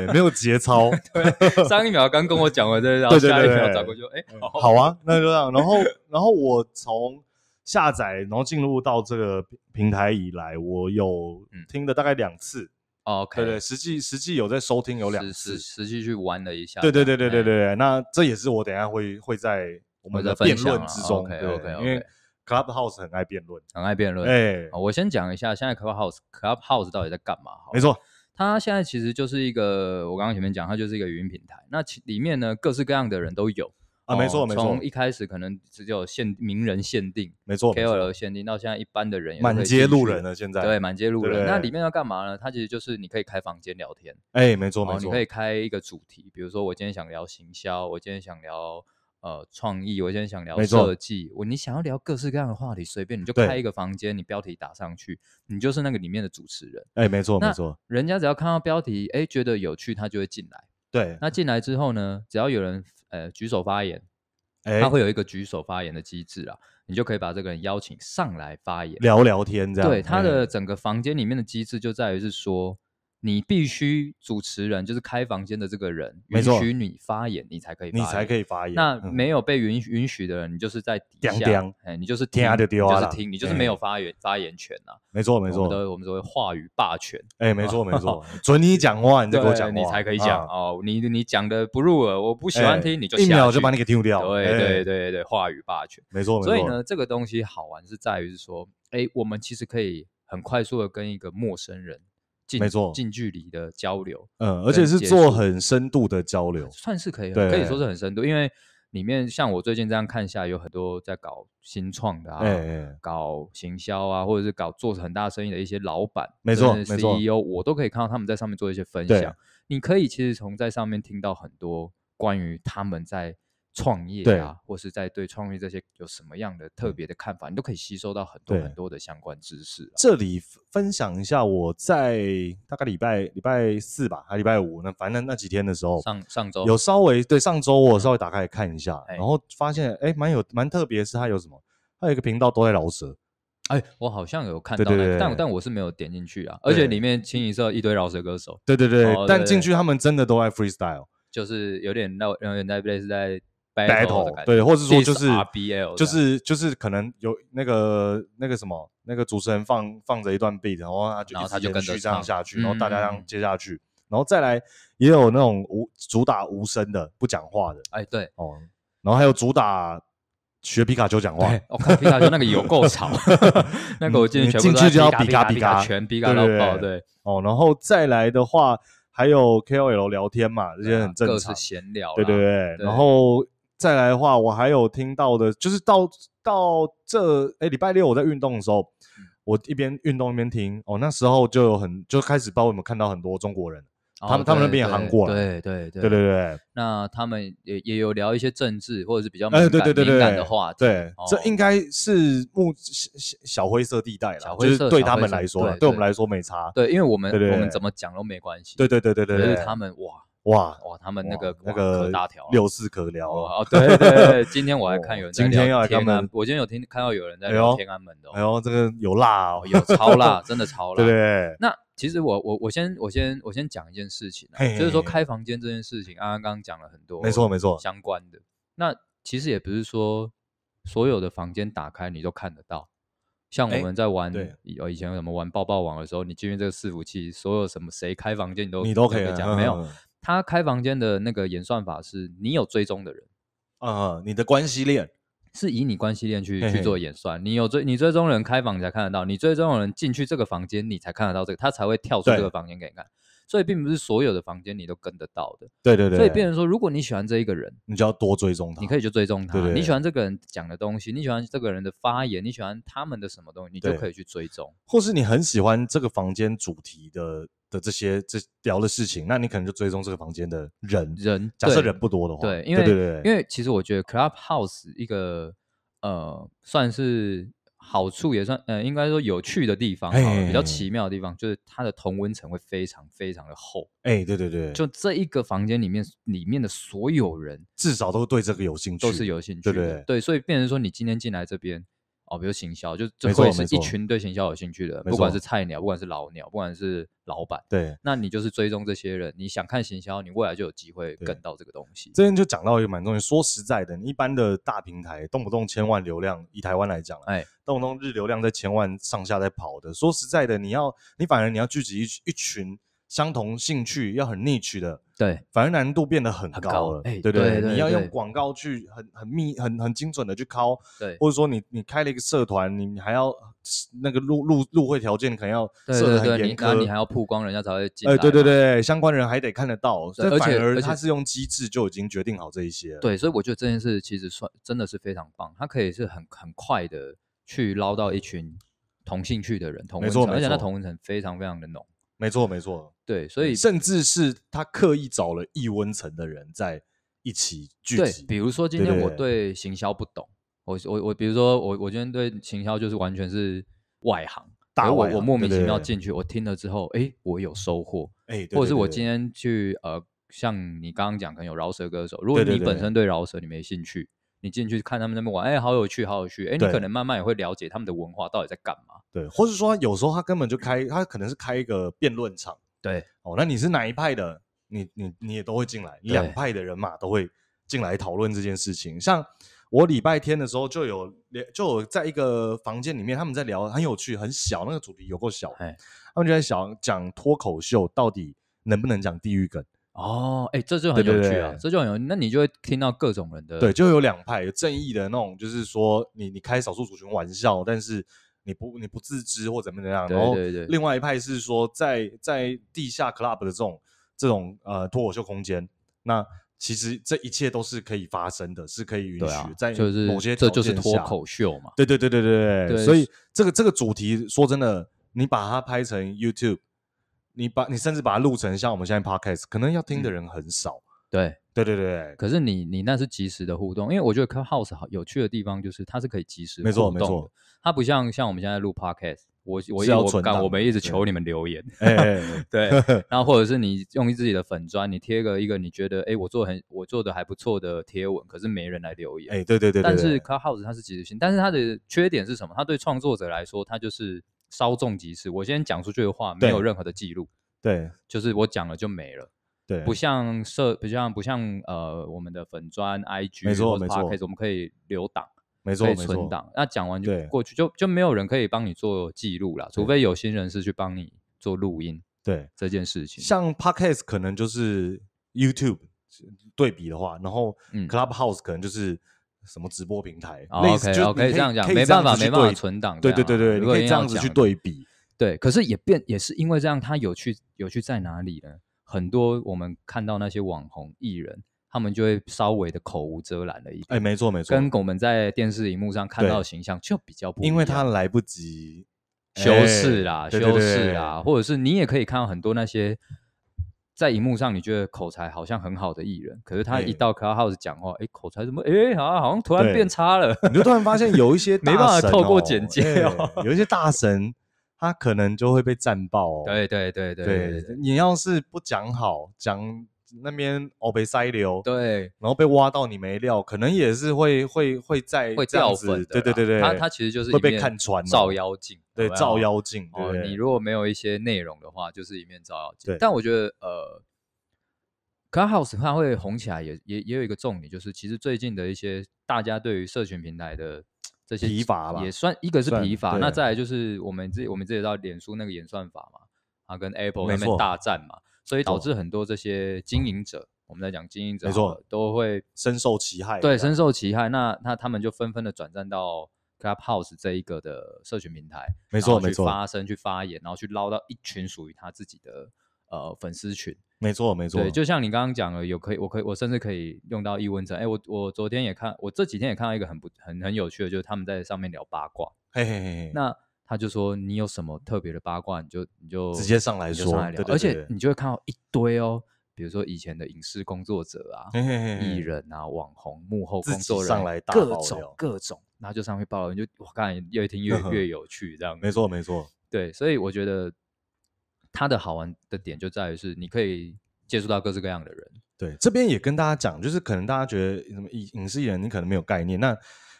B: 哎，没有 节操，
A: 对，上一秒刚跟我讲完这，然后
B: 对对
A: 下一秒
B: 对
A: 转过去，哎，好
B: 好啊，那就这样。然后，然后我从下载，然后进入到这个平台以来，我有
A: 嗯
B: 听了大概两次，
A: 哦，OK，
B: 对对，实际实际有在收听有两次
A: 实实，实际去玩了一下，
B: 对对对对对对
A: 哎，
B: 对。那这也是我等一下会会在我们
A: 会再
B: 的
A: 分
B: 辩
A: 享
B: 论
A: 啊
B: 之中，对
A: OK，OK，OK
B: 因为 Clubhouse 很爱辩论，
A: 很爱辩论。
B: 哎
A: 啊，我先讲一下现在 Clubhouse Clubhouse 到底在干嘛？好了
B: 没，错，
A: 它现在其实就是一个我刚刚前面讲，它就是一个语音平台。那其里面呢，各式各样的人都有
B: 啊，
A: 哦
B: 没错没错
A: 从一开始可能只有限名人限定
B: 没错，没错
A: KOL 限定，到现在一般的人也都可以
B: 满街
A: 进去
B: 路人。了，现在
A: 对，满街路
B: 对
A: 人。
B: 对
A: 那
B: 对
A: 里面要干嘛呢？它其实就是你可以开房间聊天，
B: 哎，没错
A: 哦
B: 没，
A: 你
B: 错
A: 可，以开一个主题，比如说我今天想聊行销，我今天想聊呃创意，我今天想聊
B: 没错
A: 设计，我你想要聊各式各样的话题，随便你就
B: 对
A: 开一个房间，你标题打上去，你就是那个里面的主持人。
B: 哎，没错
A: 那
B: 没错，
A: 人家只要看到标题，哎，觉得有趣，他就会进来。
B: 对，
A: 那进来之后呢，只要有人呃举手发言，
B: 哎
A: 他，会有一个举手发言的机制啊，你就可以把这个人邀请上来发言。
B: 聊聊天这样，
A: 对，他的
B: 哎
A: 整个房间里面的机制就在于是说，你必须主持人就是开房间的这个人
B: 没
A: 允
B: 错
A: 许你发言，你才可以发
B: 你
A: 言，
B: 才可以发言，
A: 那
B: 嗯
A: 没有被允允许的人，你就是在底
B: 叮
A: 下
B: 叮，
A: 哎，你就是
B: 听啊就
A: 就
B: 对啊
A: 你
B: 啦
A: 就是听，你就是
B: 哎
A: 没有发言发言权啊。
B: 没错没
A: 我
B: 错
A: 们，都我们所谓话语霸权。
B: 哎，没错没错，准你讲话，你再
A: 对，
B: 给我讲话，
A: 你才可以讲、
B: 啊，
A: 哦。你你讲的不入耳，我不喜
B: 哎
A: 欢听，你就
B: 一
A: 下
B: 秒
A: 去
B: 就把你给丢掉，
A: 对
B: 哎
A: 对对，对对，话语霸权。
B: 没错没错，
A: 所以呢，这个东西好玩是在于是说，哎，我们其实可以很快速的跟一个陌生人近
B: 没错
A: 近距离的交流，
B: 嗯，而且是
A: 结
B: 做
A: 束
B: 很深度的交流，
A: 算是可以，
B: 对
A: 可以说是很深度，因为。里面像我最近这样看下来，有很多在搞新创的啊，
B: 哎哎，
A: 搞行销啊，或者是搞做很大生意的一些老板，
B: 没错
A: 甚至
B: 没错
A: CEO，我都可以看到他们在上面做一些分
B: 对
A: 享。你可以其实从在上面听到很多关于他们在创业
B: 对嗯
A: 啊，或是在对创业这些有什么样的特别的看法，你都可以吸收到很多
B: 对
A: 很多的相关知识、啊。
B: 这里分享一下，我在大概礼拜礼拜四吧，还礼拜五，那反正那几天的时候，
A: 上上周
B: 哦有稍微对上周我稍微打开来看一下，
A: 哎
B: 然后发现哎，蛮有蛮特别，是它有什么？它有一个频道都在饶舌，
A: 哎，我好像有看
B: 对
A: 到、
B: 对
A: 那个，
B: 对对
A: 但但我是没有点进去啊。而
B: 对
A: 且里面清一色一堆饶舌歌手，
B: 对对对，
A: 哦
B: 但
A: 对
B: 进去他们真的都在 freestyle
A: 就是有点那有点那类似在 battle 的
B: battle，
A: 感觉，
B: 对，或者说就是
A: RBL，
B: 就是就是可能有那个那个什么那个主持人放放着一段 beat，然后他就
A: 然
B: 一
A: 后
B: 直
A: 他就
B: 延
A: 跟着
B: 续这样
A: 唱
B: 下去，然后大家
A: 嗯
B: 这
A: 嗯
B: 样
A: 嗯
B: 接下去，然后再来也有那种无主打无声的不讲话的
A: 哎对，
B: 哦，然后还有主打学皮卡丘讲话，
A: 对， 我看皮卡丘那个有够 吵，那个我进去全部
B: 你
A: 都
B: 进去
A: 在
B: 就要
A: 比
B: 比嘎
A: 嘎
B: 比
A: 比
B: 嘎
A: 嘎，全比嘎
B: 对
A: 到
B: 对
A: 爆，
B: 对
A: 对，
B: 哦，然后再来的话还有 KOL 聊天嘛，这些很正
A: 啊各
B: 常
A: 是，闲聊啦，
B: 对对对，
A: 对
B: 然后再来的话，我还有听到的，就是到到这哎礼拜六我在运动的时候，
A: 嗯
B: 我一边运动一边听，哦那时候就有很就开始不知道有没有看到很多中国人，
A: 哦，
B: 他们他们那
A: 对
B: 边也
A: 对
B: 韩国啊
A: 对对对
B: 对对对
A: 那他们也也有聊一些政治或者是比较
B: 哎
A: 敏
B: 对对
A: 感
B: 对
A: 敏感
B: 对
A: 的话题，哦
B: 对，这应该是目小小小灰色地带
A: 小
B: 了，就
A: 灰
B: 是
A: 色
B: 对
A: 小
B: 他
A: 灰
B: 们
A: 色
B: 来说啦，
A: 对
B: 对我们
A: 对
B: 来说没差，
A: 对，因为我们
B: 对对对
A: 我们怎么讲都没关系，
B: 对对对对对
A: 可是
B: 对，
A: 他们哇
B: 哇
A: 哇，他们那
B: 哇
A: 个
B: 那
A: 哇
B: 个
A: 可大条啊
B: 六四可聊啊，
A: 哦，对对对，今天我 还看有人在
B: 今天要
A: 聊
B: 来
A: 天
B: 干嘛
A: 安，我今天有听看到有人在
B: 哎呦
A: 聊天安门的
B: 哎
A: 哦，
B: 呦这个有辣哦
A: 哦，有超辣，真的超辣
B: 对，对
A: 那其实我我我先我先我先讲一件事情、啊，
B: 嘿嘿嘿
A: 就是说开房间这件事情，安安刚刚讲了很多，
B: 没错没错
A: 相关的。那其实也不是说所有的房间打开你都看得到，像我
B: 哎
A: 们在玩
B: 对
A: 以以前什么玩抱抱网的时候，你进入这个伺服器，所有什么谁开房间你都
B: 对，你都可以
A: 讲，没有
B: 嗯。
A: 他开房间的那个演算法是你有追踪的人，
B: 嗯，嗯你的关系链，
A: 是以你关系链去
B: 嘿嘿
A: 去做演算。你有追你追踪人开房你才看得到，你追踪人进去这个房间你才看得到这个，他才会跳出
B: 对
A: 这个房间给你看。所以并不是所有的房间你都跟得到的。
B: 对对对，
A: 所以变成说，如果你喜欢这一个人，
B: 你就要多追踪他，
A: 你可以去追踪他。
B: 对对对
A: 你喜欢这个人讲的东西，你喜欢这个人的发言，你喜欢他们的什么东西，你就
B: 对
A: 可以去追踪。
B: 或是你很喜欢这个房间主题的的这些这聊的事情，那你可能就追踪这个房间的人。
A: 人
B: 假设
A: 对
B: 人不多的话，
A: 对，因为
B: 对对对，
A: 因为其实我觉得 Clubhouse 一个呃，算是好处也算呃，应该说有趣的地方好了，比较
B: 嘿
A: 奇妙的地方就是它的同温层会非常非常的厚，
B: 哎、对对对，
A: 就这一个房间里面里面的所有人
B: 至少都对这个有兴趣，
A: 都是有兴趣
B: 对
A: 的，
B: 对对
A: 所以变成说你今天进来这边。哦，比如行销，就就
B: 没错
A: 会是
B: 没错
A: 一群对行销有兴趣的，
B: 没
A: 不管
B: 错
A: 是菜鸟，不管是老鸟，不管是老板，
B: 对。
A: 那你就是追踪这些人，你想看行销，你未来就有机会
B: 对
A: 跟到这个东西。
B: 这边就讲到一个蛮重要，说实在的，你一般的大平台动不动千万流量，以台湾来讲、啊，
A: 哎，
B: 动不动日流量在千万上下在跑的。说实在的，你要你反而你要聚集一一群相同兴趣要很 niche 的，
A: 对，
B: 反而难度变得很
A: 很
B: 高
A: 高
B: 了，
A: 哎
B: 对
A: 对
B: 对
A: 对
B: 你要用
A: 对
B: 广告去很很密、很很精准的去敲，
A: 对
B: 或者说你你开了一个社团，你你还要那个入入入会条件可能要
A: 对
B: 设
A: 对
B: 的
A: 对，
B: 很
A: 你
B: 严
A: 然后
B: 苛，
A: 你还要曝光，人家才会进来
B: 哎，
A: 嘛。
B: 对对对，相关人还得看得到，
A: 对
B: 这
A: 而
B: 反
A: 且
B: 而
A: 而
B: 它
A: 且
B: 是用机制就已经决定好这一些了，
A: 对，所以我觉得这件事其实算真的是非常棒，它可以是很很快的去捞到一群同兴趣的人，同
B: 没
A: 温
B: 错
A: 层，
B: 没
A: 而且那
B: 错
A: 同温层非常非常的浓。
B: 没错没错，
A: 对，所以
B: 甚至是他刻意找了异温层的人在一起聚
A: 对，
B: 集，
A: 比如说今
B: 对
A: 天
B: 对
A: 我
B: 对
A: 对行销不懂，我我我，比如说我我今天对行销就是完全是外行，
B: 大
A: 而我
B: 外
A: 我
B: 行
A: 莫名
B: 对
A: 其
B: 啊对
A: 妙
B: 对
A: 进去，我听了之后，哎，我有收获，
B: 哎，对
A: 或者是
B: 对
A: 我
B: 对
A: 今天去呃，像你刚刚讲，可能有饶舌歌手，如果
B: 对对
A: 你
B: 对
A: 本身对饶舌你没兴趣，你进去看他们那边玩，哎，好有趣，好有趣，哎，你
B: 对
A: 可能慢慢也会了解他们的文化到底在干嘛。
B: 对，或是说有时候他根本就开，他可能是开一个辩论场。
A: 对
B: 哦，那你是哪一派的？你你你也都会进来，
A: 对
B: 两派的人马都会进来讨论这件事情。像我礼拜天的时候就有就有在一个房间里面，他们在聊很有趣、很小那个主题有够小，
A: 哎
B: 他们就在想讲脱口秀到底能不能讲地域梗。
A: 哦，哎，这就很
B: 对
A: 有
B: 对
A: 趣
B: 对
A: 啊，这就很有，那你就会听到各种人的
B: 对，就有两派，有正义的那种，就是说你你开少数族群玩笑，但是你不你不自知或怎么怎么样。
A: 对
B: 然后
A: 对对
B: 另外一派是说在在地下 club 的这种这种呃脱口秀空间，那其实这一切都是可以发生的，是可以允许、
A: 对啊，
B: 在
A: 就是
B: 某些
A: 这
B: 条
A: 就是
B: 件
A: 脱
B: 下
A: 口秀嘛，
B: 对对对对对对，
A: 对
B: 所以这个这个主题，说真的，你把它拍成 YouTube，你把你甚至把它录成像我们现在 Podcast，可能要听的
A: 嗯
B: 人很少。
A: 对。
B: 对对对
A: 可是你你那是即时的互动，因为我觉得 Clubhouse 好有趣的地方就是它是可以即时
B: 没错
A: 互
B: 没
A: 动
B: 错
A: 的，它不像像我们现在录 Podcast，我我
B: 是要
A: 我
B: 存
A: 干
B: 档
A: 我们一直
B: 对
A: 求你们留言，
B: 对，哎哎，哎
A: 对，然后或者是你用自己的粉砖，你贴个一个你觉得哎、诶我做很我做的还不错的贴文，可是没人来留言。
B: 哎，对对对对，
A: 但
B: 对
A: 是 Clubhouse 它是即时性，但是它的缺点是什么？它对创作者来说，它就是稍纵即逝。我先讲出去的话，没
B: 对
A: 有任何的记录，
B: 对
A: 就是我讲了就没了。
B: 对，
A: 不像社，不像不像呃，我们的粉砖、IG
B: 没错
A: 或者
B: 没错
A: Podcast，我们可以留档，
B: 没错
A: 可以
B: 没
A: 存
B: 错，
A: 档。那讲完就
B: 对
A: 过去，就就没有人可以帮你做记录啦，除
B: 对
A: 非有心人士去帮你做录音
B: 对，
A: 这件事情。
B: 像 podcast 可能就是 YouTube 对比的话，然后
A: 嗯
B: Clubhouse 可能就是什么直播平台，
A: 哦
B: 类似
A: OK，
B: 就
A: OK，
B: 你可以
A: 这样讲
B: 可以
A: 没办法
B: 这样子
A: 没
B: 去
A: 办法
B: 对
A: 存档
B: 对
A: 这
B: 对
A: 样
B: 对
A: 啊
B: 对，
A: 如
B: 你
A: 果
B: 可以
A: 硬
B: 这
A: 要
B: 样子
A: 讲
B: 去
A: 的
B: 对比，
A: 对，可是也变也是因为这样，它有趣有趣在哪里呢？很多我们看到那些网红艺人，他们就会稍微的口无遮拦了一
B: 哎，
A: 点，
B: 没错没错，
A: 跟我们在电视荧幕上看到
B: 对
A: 的形象就比较不一样，
B: 因为他来不及
A: 修饰啦、
B: 哎对
A: 修
B: 对
A: 饰啊
B: 对
A: 啦，或者是你也可以看到很多那些在荧幕上你觉得口才好像很好的艺人，可是他
B: 哎
A: 一到 Clubhouse 讲话，哎，口才怎么哎好像好像突然
B: 对
A: 变差了，
B: 你就突然 发现有一些
A: 没
B: 大
A: 办法
B: 神
A: 透过
B: 哦
A: 剪接哦
B: 哎有一些大神他可能就会被战爆哦，
A: 对对对对
B: 对，你要是不讲好，讲那边哦被塞流，
A: 对。
B: 然后被挖到你没料，可能也是会会会在
A: 会
B: 这样
A: 掉
B: 子
A: 粉的啦。
B: 对对对对，
A: 他他其实就是
B: 会
A: 一
B: 被
A: 面
B: 看穿哦
A: 照妖镜，
B: 对
A: 有没有
B: 照。妖镜，对
A: 哦
B: 不，对
A: 你如果没有一些内容的话，就是一面照妖镜
B: 对。
A: 但我觉得呃，Clubhouse 它会红起来也，也也有一个重点，就是其实最近的一些大家对于社群平台的。这些
B: 疲乏吧
A: 也算一个是
B: 算
A: 疲乏，
B: 对
A: 那再来就是我们自己我们自己知道脸书那个演算法嘛，啊跟 Apple
B: 没
A: 那边
B: 错
A: 大战嘛，所以导
B: 错
A: 致很多这些经营者，我们在讲经营者
B: 没
A: 好
B: 错
A: 了，都会
B: 深受其害，
A: 对，深受其害。那那他们就纷纷的转战到 Clubhouse 这一个的社群平台，
B: 没
A: 然
B: 错
A: 后
B: 没
A: 去
B: 错
A: 发声、去发言，然后去捞到一群属于他自己的呃粉丝群。
B: 没错没错，
A: 对，就像你刚刚讲了，有可以，我可以，我甚至可以用到易问症。哎，我我昨天也看，我这几天也看到一个很不很很有趣的，就是他们在上面聊八卦。
B: 嘿嘿嘿嘿，
A: 那他就说你有什么特别的八卦，你就你就
B: 直接上来
A: 你就
B: 说
A: 上来聊，
B: 对对
A: 而且
B: 对
A: 你就会看到一堆哦，比如说以前的影视工作者啊、
B: 嘿嘿嘿嘿
A: 艺人啊、网红、幕后
B: 嗯自
A: 工
B: 己
A: 作人
B: 上来大
A: 各
B: 爆料嗯
A: 种各种，然后就上去爆料，你就我看越听越越有趣这样。
B: 没错没错，
A: 对，所以我觉得它的好玩的点就在于是你可以接触到各式各样的人。
B: 对，这边也跟大家讲，就是可能大家觉得什么影影视艺人，你可能没有概念。那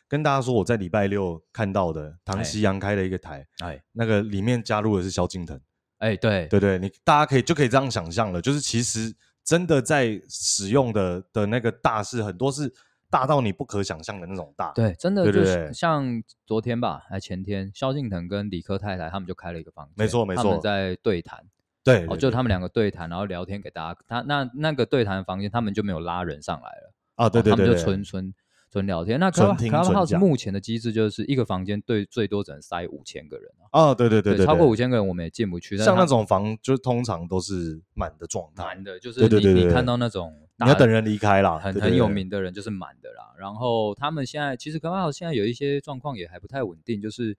B: 跟大家说，我在礼拜六看到的唐
A: 哎
B: 夕阳开了一个台，
A: 哎
B: 那个里面加入的是萧敬腾，
A: 哎，对
B: 对对，你大家可以就可以这样想象了，就是其实真的在使用的的那个大是很多是大到你不可想象的那种大，
A: 对，真的
B: 对
A: 就
B: 对
A: 是
B: 对
A: 像昨天吧，还前天，萧敬腾跟理科太太他们就开了一个房间，
B: 没错没
A: 他们
B: 错
A: 在对谈，
B: 对对
A: 哦，就他们两个对谈，然后聊天给大家，他那那个对谈房间他们就没有拉人上来了，
B: 啊，对对
A: 哦他
B: 对
A: 们
B: 对，
A: 就纯纯纯聊天。那 c
B: 纯
A: l u b
B: 听
A: h o u
B: 纯
A: s e
B: 讲
A: 目前的机制就是一个房间对最多只能塞五千个人啊，
B: 啊，对对对对，
A: 超过
B: 对
A: 五千个人我们也进不去，但
B: 像
A: 他
B: 那种房就是通常都是满的状态，
A: 满的，就是你
B: 对对对对
A: 你
B: 对
A: 看到那种
B: 你要
A: 大
B: 等人离开啦，
A: 很
B: 对
A: 很有。
B: 对对
A: 名的人就是满的啦。然后他们现在其实 c l u b h o u s e 现在有一些状况也还不太稳定，就是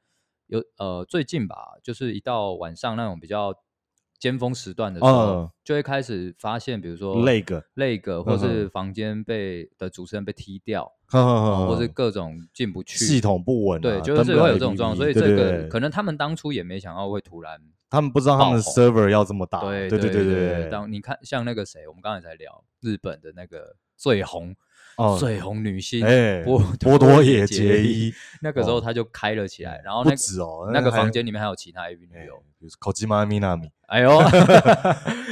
A: 有呃最近吧，就是一到晚上那种比较尖峰时段的时候，
B: 嗯
A: 就会开始发现，比如说
B: 那个，
A: 那个，或
B: 嗯
A: 是
B: 哼
A: 房间被的主持人被踢掉，
B: 呵呵呵呵
A: 或是各种进不去
B: 嗯系。统不稳啊、
A: 对，就
B: 登
A: 是
B: 不
A: 会
B: 了
A: 有这种
B: APP
A: 状况，所以
B: 对
A: 这
B: 对
A: 个
B: 对
A: 可能他们当初也没想到会突然
B: 他们不知道他们的
A: 爆红
B: server 要这么大，
A: 对
B: 对
A: 对
B: 对
A: 对
B: 对，
A: 当你看像那个谁，我们刚才才聊日本的那个最红、
B: 哦
A: 最红女星，
B: 哎，
A: 波
B: 波多野
A: 结
B: 结
A: 衣，
B: 衣
A: 那个时候
B: 哦
A: 她就开了起来，然后
B: 不
A: 那
B: 止
A: 个
B: 哦，
A: 那个
B: 还有
A: 房间里面还有其他 AV
B: 哎
A: 女优，
B: 比如说口吉妈咪 娜米
A: 哎呦，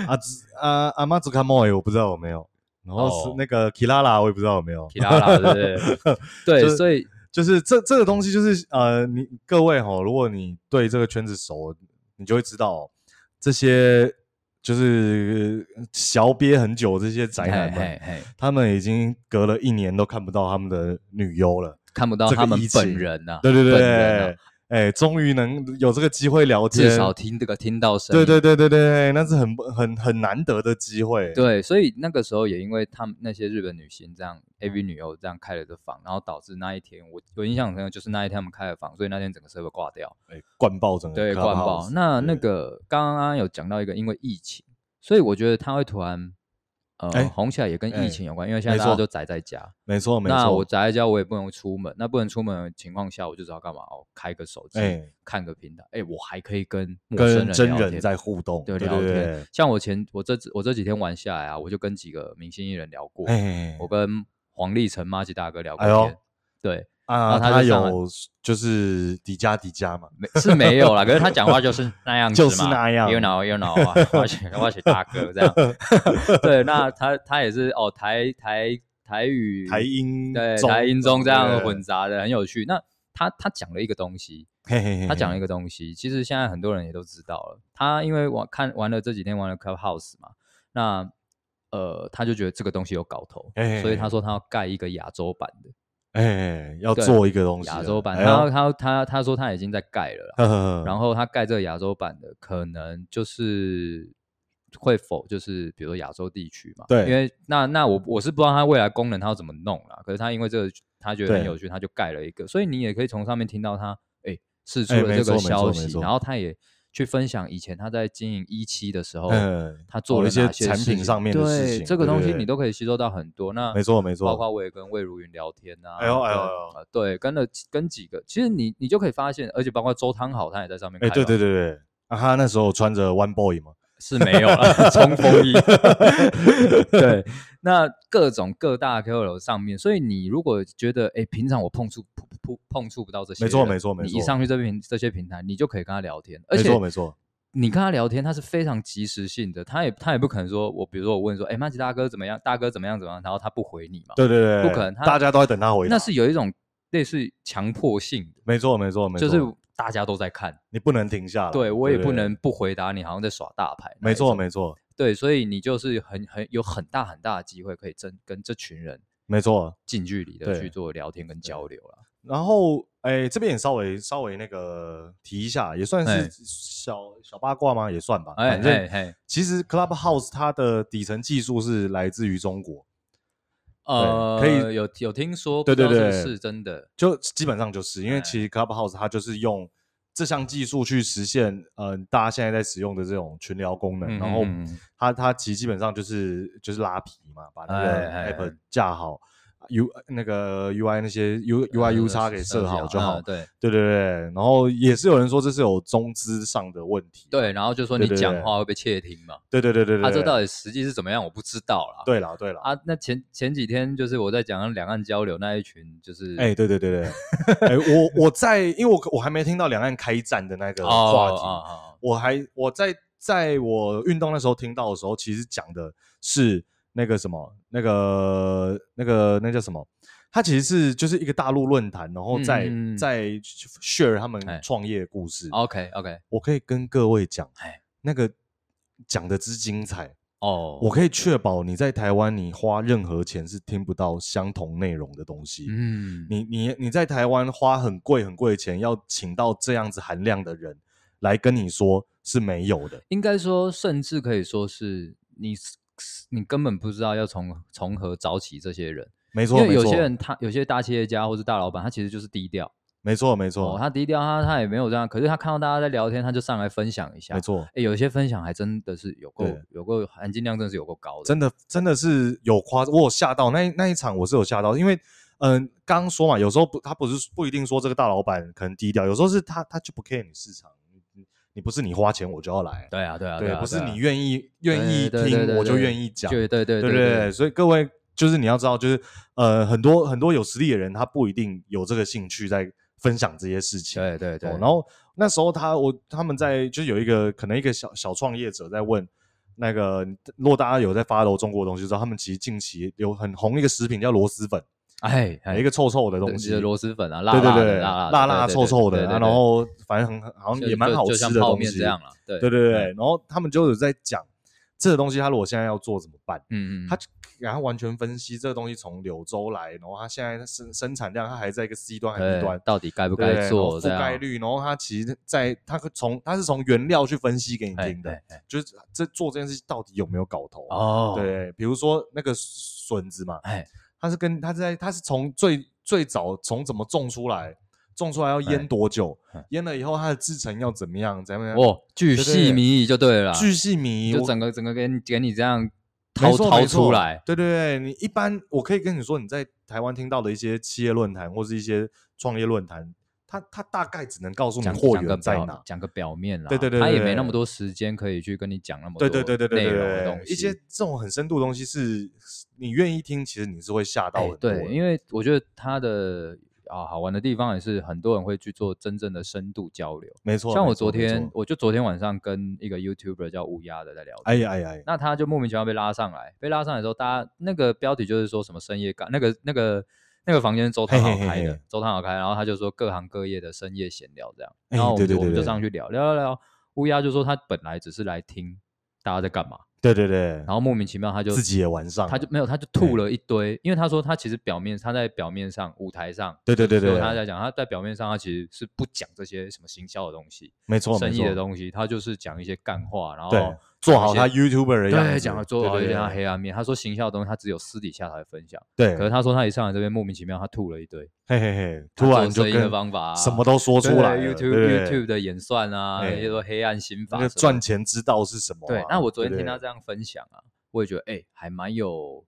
B: 啊之啊阿妈祖卡莫耶，我不知道有没有，然后是
A: 哦
B: 那个 Kirara 我也不知道有没有，
A: 提拉拉对不 对？对，
B: 就是
A: 所以
B: 就是这这个东西，就是呃，你各位哈，如果你对这个圈子熟，你就会知道这些就是呃小憋很久这些宅男
A: 嘿
B: 们，
A: 嘿嘿
B: 他们已经隔了一年都看不到他们的女优了。
A: 看不到
B: 这个
A: 他们
B: 疫情
A: 本人呐，
B: 对对对
A: 本人
B: 对
A: 啊，
B: 哎，终于能有这个机会聊天，
A: 至少听这个听到声
B: 对
A: 音，
B: 对对对对，那是很很很难得的机会。
A: 对，所以那个时候也因为他们那些日本女星这样 AV 女优这样开了这房，然后导致那一天我我印象很深刻，就是那一天他们开了房，所以那天整个社会挂掉，
B: 哎，灌爆整个
A: 对，灌爆。
B: Clubhouse，
A: 那那
B: 对
A: 个刚刚有讲到一个，因为疫情，所以我觉得他会突然呃、
B: 哎
A: 红起来，也跟
B: 哎
A: 疫情有关，因为现在
B: 没
A: 大家
B: 错
A: 都宅在家。
B: 没错没错，
A: 那我宅在家，我也不能出门。那不能出门的情况下，我就知道干嘛？哦，开个手机，
B: 哎
A: 看个平台，哎，我还可以跟陌生
B: 跟
A: 人
B: 真
A: 聊
B: 人
A: 天
B: 在互动，
A: 对
B: 对
A: 聊
B: 对
A: 天。
B: 对，
A: 像我前我这我这几天玩下来啊，我就跟几个明星艺人聊过，
B: 哎
A: 我跟黄立成、马吉大哥聊过
B: 哎呦
A: 天。对，然
B: 啊，
A: 后他
B: 他
A: 就上了
B: 有就是迪迦迪 迦嘛，
A: 没是没有啦，可是他讲话就是那样子嘛，
B: 就是那样
A: you know you know 啊， 我是我是大哥这样。 对，那他他也是哦，台台台语
B: 台音
A: 对
B: 中
A: 台音中这样
B: 对嗯
A: 混杂的，很有趣。那他他讲了一个东西，
B: 嘿嘿嘿，哎
A: 他讲了一个
B: 个
A: 东西，其实现在很多人也都知道了。他因为玩看玩了这几天玩了 Clubhouse 嘛，那呃他就觉得这个东西有搞头，
B: 哎
A: 所以他说他要盖一个亚洲版的
B: 哎，要
A: 对
B: 做一个东西了，
A: 亚洲版，
B: 哎
A: 他
B: 呦
A: 他他他说他已经在盖了啦。
B: 呵呵呵
A: 然后他盖这个亚洲版的，可能就是会否就是比如说亚洲地区嘛？
B: 对嗯
A: 因为那那我我是不知道他未来功能他要怎么弄啦。可是他因为这个他觉得很
B: 对
A: 有趣，他就盖了一个，所以你也可以从上面听到他哎试出
B: 哎
A: 了
B: 没
A: 这个
B: 错没
A: 消
B: 错没
A: 息，
B: 错
A: 然后他也去分享以前他在经营一期的时候，
B: 嗯
A: 他做
B: 哦
A: 了
B: 一些
A: 哪
B: 产
A: 事
B: 品
A: 情
B: 上面的事
A: 对
B: 情
A: 这个
B: 对
A: 东
B: 对
A: 西
B: 对
A: 你都可以吸收到很多。那
B: 没错没
A: 包
B: 错，
A: 括我也跟魏如云聊天啊，
B: 哎呦哎呦
A: 跟
B: 哎呦
A: 呃对，跟了几跟几个，其实你你就可以发现，而且包括周汤好，他也在上面开
B: 哎
A: 房，
B: 对对对对，啊他那时候穿着 One Boy 嘛，
A: 是没有了， 冲锋衣，对，那各种各大 KOL 上面，所以你如果觉得，哎，平常我碰触碰碰碰触不到这些人，
B: 没错没错没
A: 你一
B: 错
A: 上去这边这些平台，你就可以跟他聊天，而
B: 没
A: 且
B: 错没错，
A: 你跟他聊天，他是非常及时性的，他也他也不可能说我，比如说我问说，哎，马吉大哥怎么样，大哥怎么样怎么样，然后他不回你嘛，
B: 对对对，
A: 呃不可能他
B: 大家都在等他回答，
A: 那是有一种类似强迫性的，
B: 没错没错没错，
A: 就是大家都在看，
B: 你不能停下来，
A: 对我也不，能
B: 对
A: 不回答你，好像在耍大牌那一
B: 没
A: 种，
B: 错没错
A: 对，所以你就是很很有很大很大的机会可以真跟这群人
B: 没错，
A: 近距离的
B: 对
A: 去做聊天跟交流了。
B: 然后，哎，这边也稍微稍微那个提一下，也算
A: 哎
B: 是小小八卦吗？也算吧。
A: 哎
B: 反正
A: 哎哎，
B: 其实 Clubhouse 它的底层技术是来自于中国，
A: 呃，
B: 可以
A: 有有听说，
B: 对
A: 不知道
B: 对
A: 是不
B: 对
A: 是真的，
B: 就基本上就是因为
A: 哎
B: 其实 Clubhouse 它就是用这项技术去实现，呃，大家现在在使用的这种群聊功能，
A: 嗯
B: 然后
A: 嗯嗯
B: 它它其实基本上就是就是拉皮嘛，把那个
A: 哎哎
B: app 架好。U 那个 UI 那些
A: 呃
B: U UI U 叉给设好就好
A: 嗯，对
B: 对对对，然后也是有人说这是有中资上的问题，
A: 对，然后就说
B: 对
A: 你
B: 对对
A: 讲话会被窃听嘛，
B: 对对对对对，
A: 啊，这到
B: 底
A: 底实际是怎么样，我不知道啦。
B: 对啦对啦，
A: 啊，那前前几天就是我在讲两岸交流那一群，就是
B: 哎、对对对对，哎、我我在，因为我我还没听到两岸开战的那个
A: 哦
B: 话题，
A: 哦哦
B: 我还我在在我运动那时候听到的时候，其实讲的是那个什么，那个那个那叫什么？它其实是就是一个大陆论坛，然后再
A: 嗯嗯嗯
B: 再 share 他们
A: 哎
B: 创业故事。
A: 哦，OK OK，
B: 我可以跟各位讲
A: 哎，
B: 那个讲的之精彩，
A: 哦，
B: 我可以确保你在台湾你花任何钱是听不到相同内容的东西。
A: 嗯，
B: 你你你在台湾花很贵很贵的钱，要请到这样子含量的人来跟你说是没有的。
A: 应该说，甚至可以说是你是你根本不知道要从从何找起这些人，
B: 没
A: 因
B: 错，
A: 为
B: 没
A: 有些
B: 错，
A: 人他有些大企业家或是大老板，他其实就是低调
B: 没错，没
A: 哦，
B: 错，
A: 他低调，他他也没有这样，可是他看到大家在聊天，他就上来分享一下
B: 没。错，
A: 哎，有些分享还真的是有够
B: 对
A: 有够含金量，真的是有够高的。
B: 真的真的是有夸，我有吓到那一那一场，我是有吓到，因为嗯，刚说嘛，有时候不，他不是不一定说这个大老板可能低调，有时候是他他就不 care 你市场，你你你不是你花钱我就要来，
A: 对啊，对啊，
B: 对，
A: 啊，
B: 不是
A: 对啊
B: 你愿意愿意
A: 对对对
B: 听
A: 对
B: 我就
A: 对
B: 愿意讲，
A: 对对对
B: 对对对，所以各位就是你要知道，就是呃，很多很多有实力的人，他不一定有这个兴趣在分享这些事情。
A: 对对对，
B: 哦然后那时候他我他们在就是有一个可能一个小小创业者在问那个，如果大家有在发楼中国的东西，就知道他们其实近期有很红一个食品叫螺蛳粉，
A: 哎哎，
B: 一个臭臭的东
A: 对
B: 西
A: 就。是螺蛳粉啊，辣
B: 对对
A: 辣的
B: 对，
A: 辣
B: 辣
A: 辣的对
B: 臭
A: 对
B: 臭的，
A: 对对
B: 啊
A: 对
B: 然后反正很好像
A: 就
B: 也蛮
A: 就
B: 好
A: 就
B: 吃
A: 像
B: 的
A: 泡
B: 东
A: 面
B: 西。
A: 这样了。对
B: 对对对，对
A: 嗯
B: 然后他们就有在讲这个东西，他如果现在要做怎么办？
A: 嗯嗯，
B: 他然后完全分析这个东西从柳州来，然后它现在生生产量，它还在一个 C 端还是 D
A: 对
B: 端，
A: 哎到底该不
B: 不
A: 该做
B: 覆
A: 这样？
B: 盖率，然后它其实在它从它是从原料去分析给你
A: 哎
B: 听的，
A: 哎哎
B: 就是这做这件事情到底有没有搞头？
A: 哦，
B: 对，比如说那个笋子嘛，
A: 哎
B: 它是跟它是在它是从最最早从怎么种出来，种出来要
A: 哎
B: 腌多久
A: 哎，
B: 腌了以后它的制成要怎么样，怎么样？
A: 哦，巨
B: 对对
A: 细靡遗就对了，
B: 巨细靡遗，
A: 就
B: 我
A: 整个整个给你给你这样
B: 没
A: 掏
B: 错
A: 掏
B: 没错
A: 出来，
B: 对对对，你一般我可以跟你说，你在台湾听到的一些企业论坛或是一些创业论坛，它它大概只能告诉你
A: 讲
B: 货
A: 讲个
B: 源在哪
A: 表。讲个表面啦，
B: 对对对
A: 他也
B: 对
A: 没那
B: 对
A: 么多时间可以去跟你讲那么多
B: 对对对对对
A: 内
B: 对
A: 容的
B: 对
A: 东
B: 对，
A: 西，
B: 一些这种很深度的东西是你愿意听，其实你是会吓到
A: 哎
B: 很多的。
A: 对，因为我觉得他的啊好玩的地方也是很多人会去做真正的深度交流，
B: 没错，
A: 像我
B: 没错
A: 昨天
B: 没，错
A: 我就昨天晚上跟一个 YouTuber 叫乌鸦的在聊天，
B: 哎呀哎呀哎呀，
A: 那他就莫名其妙被拉上来，被拉上来之后，大家那个标题就是说什么深夜干，那个那个那个房间是周汤豪
B: 嘿嘿
A: 开
B: 嘿
A: 的，
B: 嘿
A: 周汤豪开，然后他就说各行各业的深夜闲聊这样，
B: 哎
A: 然后我们就、
B: 对对对
A: 我们就
B: 对
A: 上去聊聊聊聊，乌鸦就说他本来只是来听大家在干嘛，
B: 对对对，
A: 然后莫名其妙他就
B: 自己也玩上了，
A: 他就没有他就吐了一堆，因为他说他其实表面他在表面上舞台上。
B: 对对对对
A: 就
B: 对，
A: 他在讲，他在表面上他其实是不讲这些什么行销的东西、
B: 没错
A: 生
B: 没
A: 意的
B: 错，
A: 东西，他就是讲一些干话，然后
B: 对，做好他
A: 一些
B: YouTuber 的样子，
A: 对，讲了做好一些他
B: 对
A: 黑暗面。他说行销的东西，他只有私底下才会分享。
B: 对，
A: 可是他说他一上来这边莫名其妙，他吐了一堆，
B: 嘿嘿嘿，
A: 他
B: 突然就
A: 做生意的
B: 跟
A: 方法啊
B: 什么都说出来
A: 对
B: 了对
A: ，YouTube
B: 对对
A: YouTube 的演算啊，
B: 哎
A: 也说黑暗心法
B: 那
A: 什么
B: 个
A: 的，
B: 赚钱之道是什么啊、
A: 对，那我昨天
B: 对
A: 听
B: 不
A: 他
B: 对
A: 这样分享啊，我也觉得哎，还蛮有，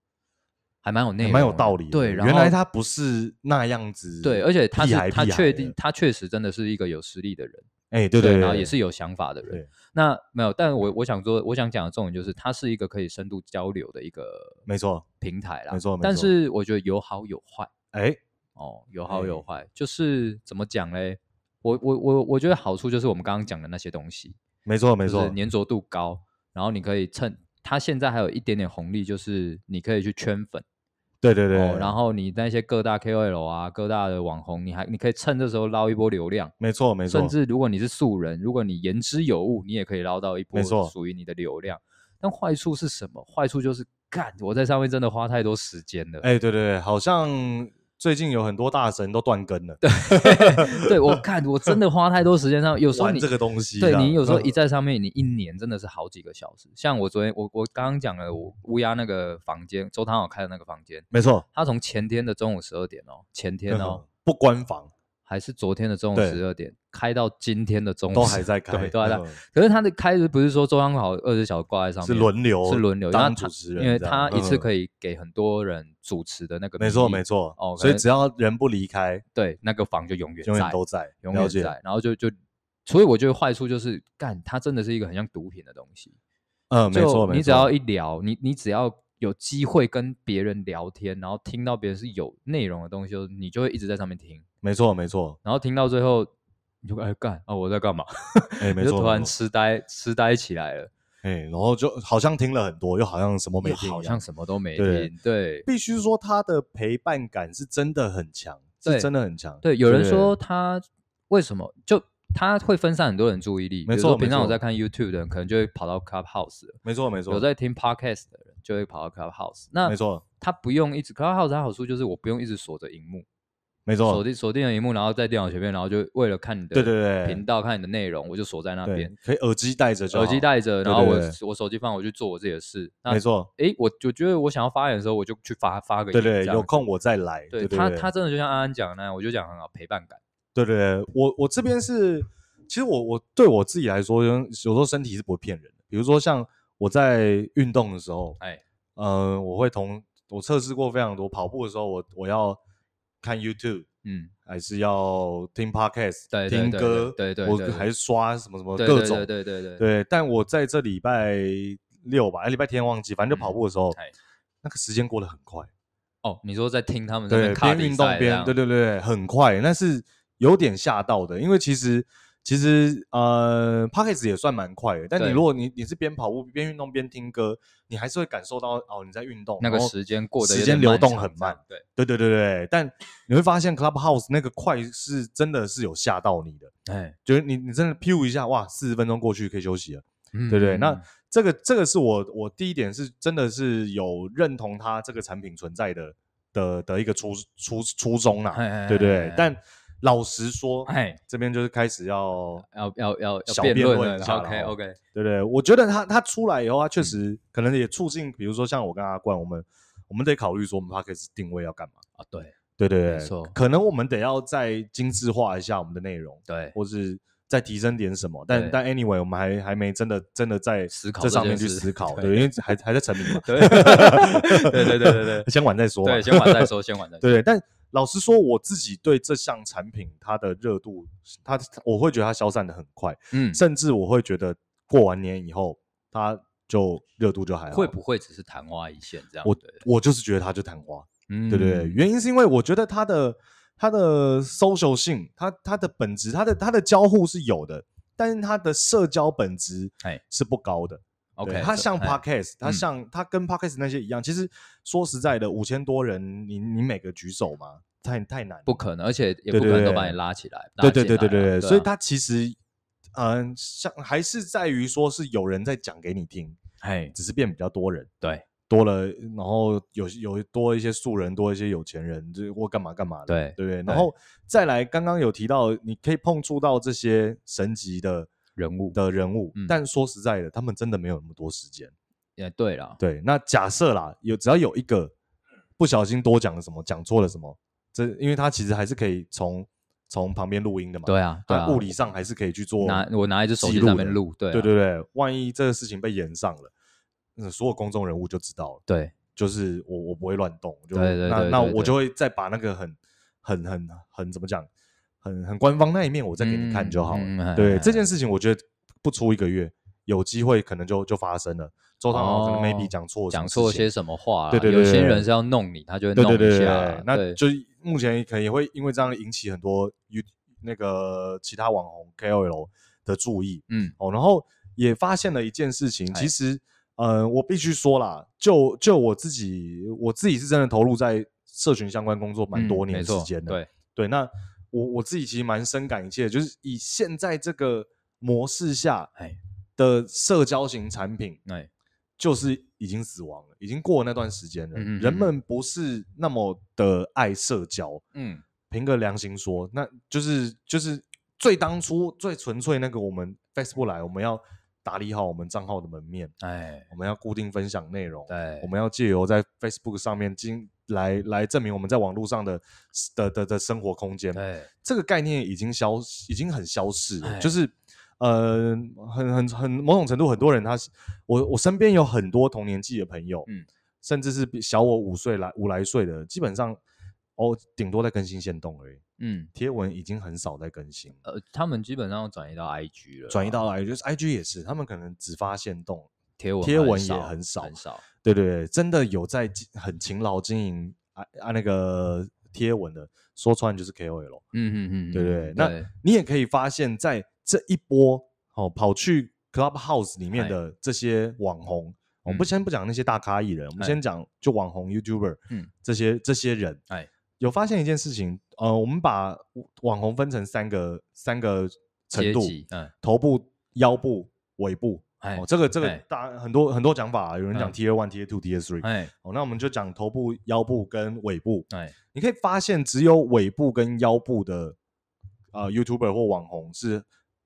A: 还蛮有内容，
B: 蛮有道理的。
A: 对，然
B: 原
A: 后
B: 来他不是那样子。
A: 对，而且他
B: 屁
A: 是
B: 孩
A: 他
B: 屁孩
A: 确
B: 的
A: 定，他确实真的是一个有实力的人，
B: 哎、对对
A: 然后也是有想法的人。
B: 对，
A: 那没有，但我我想说，我想讲的重点就是，它是一个可以深度交流的一个
B: 没错。
A: 平台啦。
B: 没错没
A: 但
B: 错
A: 是我觉得有好有坏
B: 哎，
A: 哦，有好有
B: 哎
A: 坏，就是怎么讲嘞？我我我我觉得好处就是我们刚刚讲的那些东西，
B: 没错没
A: 就
B: 错
A: 是，粘着度高，然后你可以趁它现在还有一点点红利，就是你可以去圈粉。
B: 对对对。
A: 哦，然后你那些各大 KOL 啊、各大的网红，你还你可以趁这时候捞一波流量，
B: 没错没错，
A: 甚至如果你是素人，如果你言之有物，你也可以捞到一波
B: 没错
A: 属于你的流量。但坏处
B: 哎
A: 是什么？坏处就是干，我在上面真的花太多时间了。
B: 哎，对对对，好像最近有很多大神都断更了，
A: 对我看我真的花太多时间上，有时候
B: 玩
A: 你
B: 这个东西啊。
A: 对你有时候
B: 嗯
A: 一在上面，你一年真的是好几个小时。像我昨天，我我刚刚讲了，我乌鸦那个房间，周汤好开的那个房间，
B: 没错，嗯
A: 他从前天的中午十二点哦，前天哦，
B: 不关房
A: 还是昨天的中午
B: 对
A: 十二点，开到今天的中午
B: 都还在开，
A: 嗯 对，都还在。
B: 嗯
A: 可是他的开不是说周汤好二十小时挂在上面，
B: 是轮流
A: 是轮流，因为
B: 当
A: 他
B: 主持人
A: 因为
B: 这
A: 他
B: 样
A: 一次可
B: 嗯
A: 以给很多人主持的那个名
B: 没
A: 义，
B: 错没错
A: 哦，可
B: 所以
A: 能
B: 只要人不离开，
A: 对，那个房就永远
B: 永远
A: 在，
B: 都在，
A: 永
B: 了
A: 远
B: 解
A: 在，然后就就，所以我觉得坏处就是，干，它真的是一个很像毒品的东西。
B: 嗯，没
A: 就
B: 错，没
A: 你只
B: 错
A: 要一聊，你你只要有机会跟别人聊天，然后听到别人是有内容的东西的时候，你就会一直在上面听，
B: 没错，没错，
A: 然后听到最后，你就哎干啊我在干嘛？
B: 哎，没
A: 你就
B: 错，
A: 突然
B: 没错
A: 痴呆痴呆起来了，
B: 哎，然后就好像听了很多，又好像什么没
A: 又
B: 听一样，
A: 好像什么都没
B: 对
A: 听，对。
B: 必须说他的陪伴感是真的很强，
A: 对
B: 是真的很强。
A: 对，有人说他为什么就他会分散很多人注意力，
B: 没
A: 比如说
B: 错
A: 平常
B: 没
A: 我
B: 错
A: 在看 YouTube 的人，可能就会跑到 Clubhouse；了
B: 没错没错，
A: 有在听 Podcast 的人，就会跑到 Clubhouse。那
B: 没错
A: 他不用一直 Clubhouse，它好处就是我不用一直锁着荧幕，
B: 没
A: 锁
B: 错，
A: 定锁定了荧幕，然后在电脑前面，然后就为了看你的
B: 对对对
A: 频道看你的内容，我就锁在那
B: 对
A: 边，，
B: 可以耳机戴着就好，
A: 耳机戴着，
B: 对
A: 然后我
B: 对
A: 我手机放我去做我自己的事。那
B: 没错，
A: 诶，我我觉得我想要发言的时候，我就去发发个
B: 对
A: 言
B: 对，
A: 啊这
B: 有
A: 样
B: 空
A: 子
B: 我再来。
A: 对
B: 对对
A: 他
B: 对
A: 他真的就像安安讲的那样，我就讲很好陪伴感。
B: 对对对，我我这边是，其实我我对我自己来说，有时候身体是不会骗人的。比如说像我在运动的时候，
A: 哎，
B: 嗯、我会同我测试过非常多，跑步的时候我我要看 YouTube。
A: 嗯，
B: 还是要听 podcast，
A: 对对
B: 听
A: 对
B: 歌，
A: 对对对对
B: 我还是刷什么什么
A: 对
B: 各
A: 对
B: 种，
A: 对对对对，
B: 对，但我在这礼拜六吧，哎，礼拜天忘记，反正就跑步的时候，
A: 哎
B: 那个时间过得很快，
A: 哦，你说在听他们这
B: 对，
A: 边卡
B: 边
A: 比
B: 运
A: 赛
B: 动
A: 这
B: 边，
A: 样
B: 对对对，很快，那是有点吓到的，因为其实其实呃 p o c k e t 也算蛮快的，但你
A: 对
B: 如果你你是边跑步边运动边听歌，你还是会感受到哦你在运动，
A: 那个
B: 然后
A: 时间过得
B: 时
A: 有
B: 间
A: 点
B: 流
A: 漫
B: 动
A: 长
B: 很
A: 这样
B: 慢，
A: 对，
B: 对对对对，但你会发现 Clubhouse 那个快是真的是有吓到你的，
A: 哎，
B: 就是你你真的 p 一下，哇，四十分钟过去可以休息了。
A: 嗯
B: 对不对？
A: 嗯
B: 那
A: 嗯
B: 这个这个是我我第一点是真的是有认同它这个产品存在的的的一个初初初衷啦、
A: 哎哎
B: 对不
A: 哎
B: 对
A: 哎？
B: 但老实说，
A: 哎，
B: 这边就是开始要
A: 要要要要
B: 嗯小
A: 辩
B: 辩
A: 论
B: 论
A: 了
B: 一下
A: ，OK
B: 了哦
A: OK，
B: 对不对？我觉得它它出来以后，它
A: 嗯
B: 确实可能也促进，比如说像我跟阿冠，我们我们得考虑说我们 p a c k a g e 定位要干嘛？
A: 啊，对
B: 对对对，
A: 没错
B: 可能我们得要再精致化一下我们的内容，
A: 对，
B: 或是再提升点什么。
A: 对
B: 但但 anyway，我们还还没真的真的在
A: 思考
B: 这
A: 这
B: 上
A: 件
B: 面去
A: 事
B: 思考，
A: 对
B: 对，因为还还在沉迷嘛。
A: 对 对对对对对
B: 先玩再说嘛。
A: 对，先玩再说，先玩再说，
B: 啊 对，但老实说，我自己对这项产品它的热度，它我会觉得它消散的很快，
A: 嗯，
B: 甚至我会觉得过完年以后，它就热度就还好。
A: 会不会只是昙花一现这样？
B: 我
A: 对
B: 我就是觉得它就昙花。
A: 嗯
B: 对对对，原因是因为我觉得它的它的 social 性，它它的本质，它的它的交互是有的，但是它的社交本质
A: 哎
B: 是不高的。对
A: ，OK，
B: 它
A: 这
B: 像
A: 哎
B: podcast，它
A: 嗯
B: 像它跟 podcast 那些一样。其实说实在的，五千多人，你你每个举手嘛，太太难了。
A: 不可能，而且也不
B: 对
A: 可能
B: 对
A: 都
B: 对
A: 把你拉起来，
B: 对
A: 拉
B: 对
A: 进
B: 对
A: 来
B: 对
A: 啊
B: 对
A: 对啊，
B: 对，所以它其实嗯、像还是在于说是有人在讲给你听，
A: 哎，
B: 只是变比较多人。
A: 对
B: 多了，然后有有多一些素人，多一些有钱人，这或干嘛干嘛的，
A: 对
B: 对不对？
A: 对
B: 然后再来，刚刚有提到，你可以碰触到这些神级的
A: 人物
B: 的人物，
A: 嗯
B: 但说实在的，他们真的没有那么多时间。
A: 也对了，
B: 对，那假设啦，有只要有一个不小心多讲了什么，讲错了什么，这因为他其实还是可以从从旁边录音的嘛，
A: 对啊对
B: 那
A: 啊，
B: 物理上还是可以去做
A: 拿我拿一只手
B: 记
A: 机
B: 录
A: 上面
B: 的
A: 录，对啊
B: 对对对，万一这个事情被延上了，嗯，所有公众人物就知道了。
A: 对，
B: 就是我我不会乱动，我就
A: 对对对
B: 那那
A: 对
B: 我
A: 对
B: 就会再把那个很很很很怎么讲，很很官方那一面我再给你看就好了。
A: 嗯嗯
B: 对、
A: 嗯
B: 这件事情，我觉得不出一个月，有机会可能就就发生了。周汤豪可能
A: 哦
B: maybe 讲错什么
A: 讲
B: 事
A: 错
B: 情
A: 些什么话啦，
B: 对对
A: 有
B: 对
A: 些
B: 对
A: 人是要弄你，他就会
B: 对
A: 弄
B: 对对
A: 一
B: 对
A: 下
B: 对
A: 啦，，
B: 那
A: 对
B: 就是目前可能也会因为这样引起很多 U 那个其他网红 KOL 的注意。
A: 嗯
B: 哦，然后也发现了一件事情，
A: 哎
B: 其实，呃，我必须说啦，就就我自己，我自己是真的投入在社群相关工作
A: 嗯
B: 蛮多
A: 没
B: 年时
A: 错
B: 间的。
A: 对，
B: 对那我我自己其实蛮深感一切，就是以现在这个模式下
A: 哎
B: 的社交型产品，
A: 哎
B: 就是已经死亡了，已经过了那段时间了。
A: 嗯嗯嗯
B: 人们不是那么的爱社交，
A: 嗯，
B: 凭个良心说，那就是就是最当初最纯粹那个，我们 Facebook 来，我们要打理好我们账号的门面，
A: 哎，
B: 我们要固定分享内容，
A: 对，
B: 我们要借由在 Facebook 上面经来来证明我们在网络上的的的的生活空间。
A: 对，
B: 这个概念已经消，已经很消逝
A: 哎
B: 了，就是。呃，很很很，某种程度，很多人他是我我身边有很多同年纪的朋友，
A: 嗯
B: 嗯，甚至是比小我五岁来五来岁的，基本上哦，顶多在更新线动而已，
A: 嗯，
B: 贴文已经很少在更新，
A: 呃，他们基本上转移到 IG 了，
B: 转移到 I 就是 IG 也是，他们可能只发现动，
A: 贴文，
B: 贴文也
A: 少
B: 很少
A: 很少，
B: 对对对，真的有在经很勤劳经营啊啊那个贴文的，说穿就是 KOL，
A: 嗯嗯嗯，
B: 对不对？
A: 嗯
B: 那你也可以发现，在这一波哦跑去 Clubhouse 里面的这些网红，哦我们不
A: 嗯
B: 先不讲那些大咖艺人，我们
A: 哎
B: 先讲就网红 YouTuber，
A: 嗯
B: 嗯，这些这些人，
A: 哎
B: 哎，有发现一件事情，呃，我们把网红分成三个三个程
A: 阶
B: 度，
A: 级，嗯，
B: 头部、腰部、尾部。
A: 哎
B: 哦，这个这个
A: 哎
B: 大很多很多讲法啊、有人讲
A: 嗯
B: T A one、T A two、T A three。
A: 哎
B: 哦，那我们就讲头部、腰部跟尾部。
A: 哎，
B: 你可以发现，只有尾部跟腰部的
A: 嗯
B: 呃 YouTuber 或网红是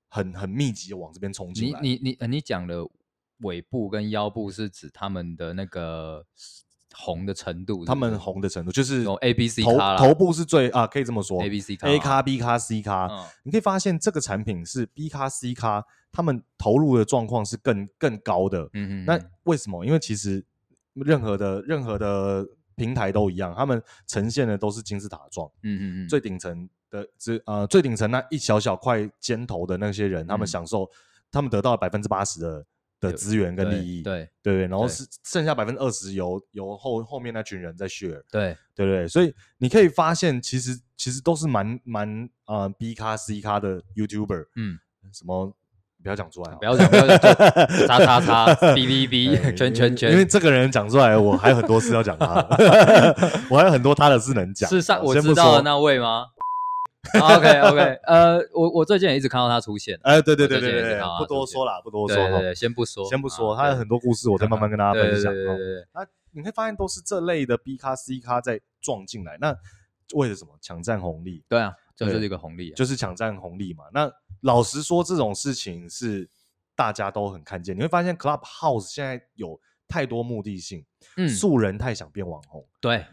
B: 很很密集的往这边冲进
A: 你
B: 来。
A: 你你呃你讲的尾部跟腰部是指他们的那个红的程度是不是，
B: 他们红的程度就是
A: 有 A B C
B: 头
A: 咖啦
B: 头部是最啊，可以这么说
A: A B C 咖
B: A
A: 嘛
B: 咖、B 咖、C 咖。
A: 嗯
B: 你可以发现，这个产品是 B 咖、C 咖，他们投入的状况是更更高的。
A: 嗯嗯，
B: 那
A: 嗯
B: 为什么？因为其实任何的任何的平台都一样，他们呈现的都是金字塔状，
A: 嗯嗯嗯，
B: 最顶层的这呃最顶层那一小小块尖头的那些人，他们
A: 嗯
B: 享受他们得到百分之八十的的
A: 对
B: 资源跟
A: 对
B: 利益，
A: 对
B: 对不对？然后
A: 对
B: 是剩下百分之二十由由后后面那群人在 share，
A: 对，
B: 对不对？所以你可以发现，其实其实都是蛮蛮呃 B 咖 C 咖的 YouTuber，
A: 嗯，
B: 什么不要讲出来好了，
A: 不要讲不要讲，就 叉叉叉，哔哔
B: 哎
A: 哔，圈圈圈，
B: 因为这个人讲出来，我还有很多事要 讲他，我还有很多他的事能讲。啊
A: 是上我
B: 先不
A: 知道的
B: 说。
A: 那位吗？OK OK，呃，我我最近也一直看到他出现，啊
B: 哎，对对对
A: 我最
B: 对
A: 近也
B: 对
A: 是
B: 对
A: 看到，他
B: 不多
A: 出现
B: 说啦，不多
A: 啊对
B: 说
A: 对
B: 哈，
A: 对，先不说，
B: 先不说，
A: 啊
B: 他有很多故事，我再慢慢跟大家
A: 对
B: 分
A: 对对
B: 享。
A: 对
B: 哦
A: 对对，
B: 那你会发现都是这类的 B 咖 C 咖在撞进来，那为了什么抢占红利？
A: 对啊，这就是
B: 对
A: 一个红利啊，
B: 就是抢占红利嘛。那老实说，这种事情是大家都很看见。你会发现 Clubhouse 现在有太多目的性，
A: 嗯，
B: 素人太想变网红
A: 对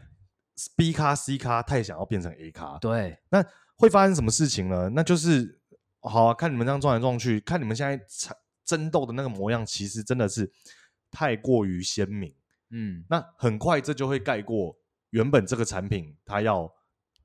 B: ，B 咖 C 咖太想要变成 A 咖，
A: 对，
B: 那会发生什么事情呢？那就是好啊，看你们这样撞来撞去，看你们现在吵争斗的那个模样，其实真的是太过于鲜明。
A: 嗯，
B: 那很快这就会盖过原本这个产品它要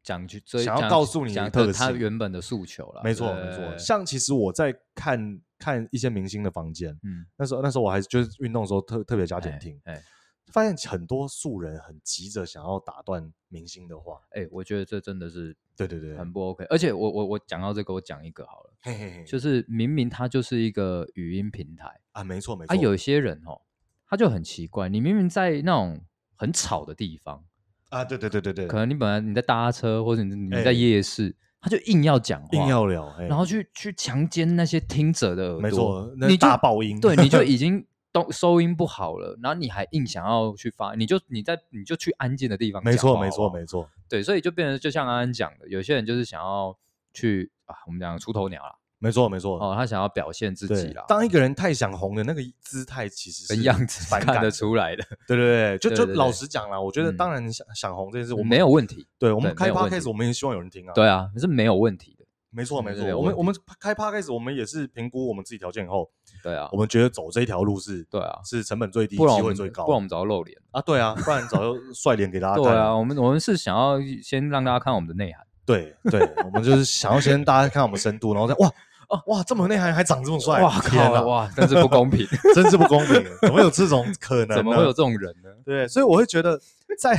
A: 讲去追
B: 想要
A: 讲
B: 告诉你的
A: 讲
B: 特
A: 他他
B: 性
A: 原本的诉求了，
B: 没错
A: 对
B: 没错。像其实我在看看一些明星的房间，
A: 嗯，
B: 那时候那时候我还就是运动的时候特特别加减听，
A: 哎哎
B: 发现很多素人很急着想要打断明星的话。
A: 哎，我觉得这真的是
B: 对对对，
A: 很不 OK，而且我我我讲到这个，我讲一个好了，
B: 嘿嘿嘿，
A: 就是明明它就是一个语音平台。
B: 啊，没错没错，
A: 啊，有些人哦，他就很奇怪，你明明在那种很吵的地方，
B: 啊，对对对对对，
A: 可能你本来你在搭车或者你你在
B: 哎
A: 夜市，他就硬要讲话，
B: 硬要聊，嘿
A: 然后去去强奸那些听者的耳朵，
B: 没错，那
A: 你就
B: 大爆音，
A: 对，你就已经都收音不好了，然后你还硬想要去发，你就你在你就去安静的地方讲
B: 没
A: 好不
B: 错
A: 好，
B: 没错没错，
A: 对，所以就变成就像安安讲的，有些人就是想要去啊，我们讲出头鸟啦，
B: 没错没错。
A: 哦，他想要表现自己
B: 对
A: 啦，，
B: 当一个人太想红的那个姿态，其实
A: 的
B: 是
A: 样子
B: 反
A: 看
B: 感
A: 得
B: 的。
A: 出来的，
B: 对对对，就
A: 对
B: 就
A: 对对
B: 老实讲啦，我觉得
A: 嗯
B: 当然想想红这件事，我们
A: 没有问题。
B: 对我
A: 对
B: 们
A: 没
B: 开
A: 有问题
B: podcast，我们也希望有人听啊。
A: 对，啊，是没有问题的。
B: 没错没
A: 没
B: 错，
A: 有
B: 我
A: 问
B: 们
A: 题
B: 我们开 podcast，我们也是评估我们自己条件以后，
A: 对啊
B: 我，们觉得走这一条路是
A: 对啊
B: 是成本最低，
A: 不然
B: 机
A: 我
B: 会
A: 们
B: 最高
A: 不然我们早就露脸了。
B: 啊，对啊，不然早就帅脸给大家
A: 对
B: 看
A: 啊，
B: 了。
A: 我们我们是想要先让大家看我们的内涵。
B: 对对，我们就是想要先大家看我们深度，然后再哇哦哇这么有内涵还长这么帅，
A: 哇
B: 天啊
A: 靠！哇，真是不公 平，
B: 真是不公平，怎么有这种可能？
A: 怎么会有？这种人呢？
B: 对，所以我会觉得在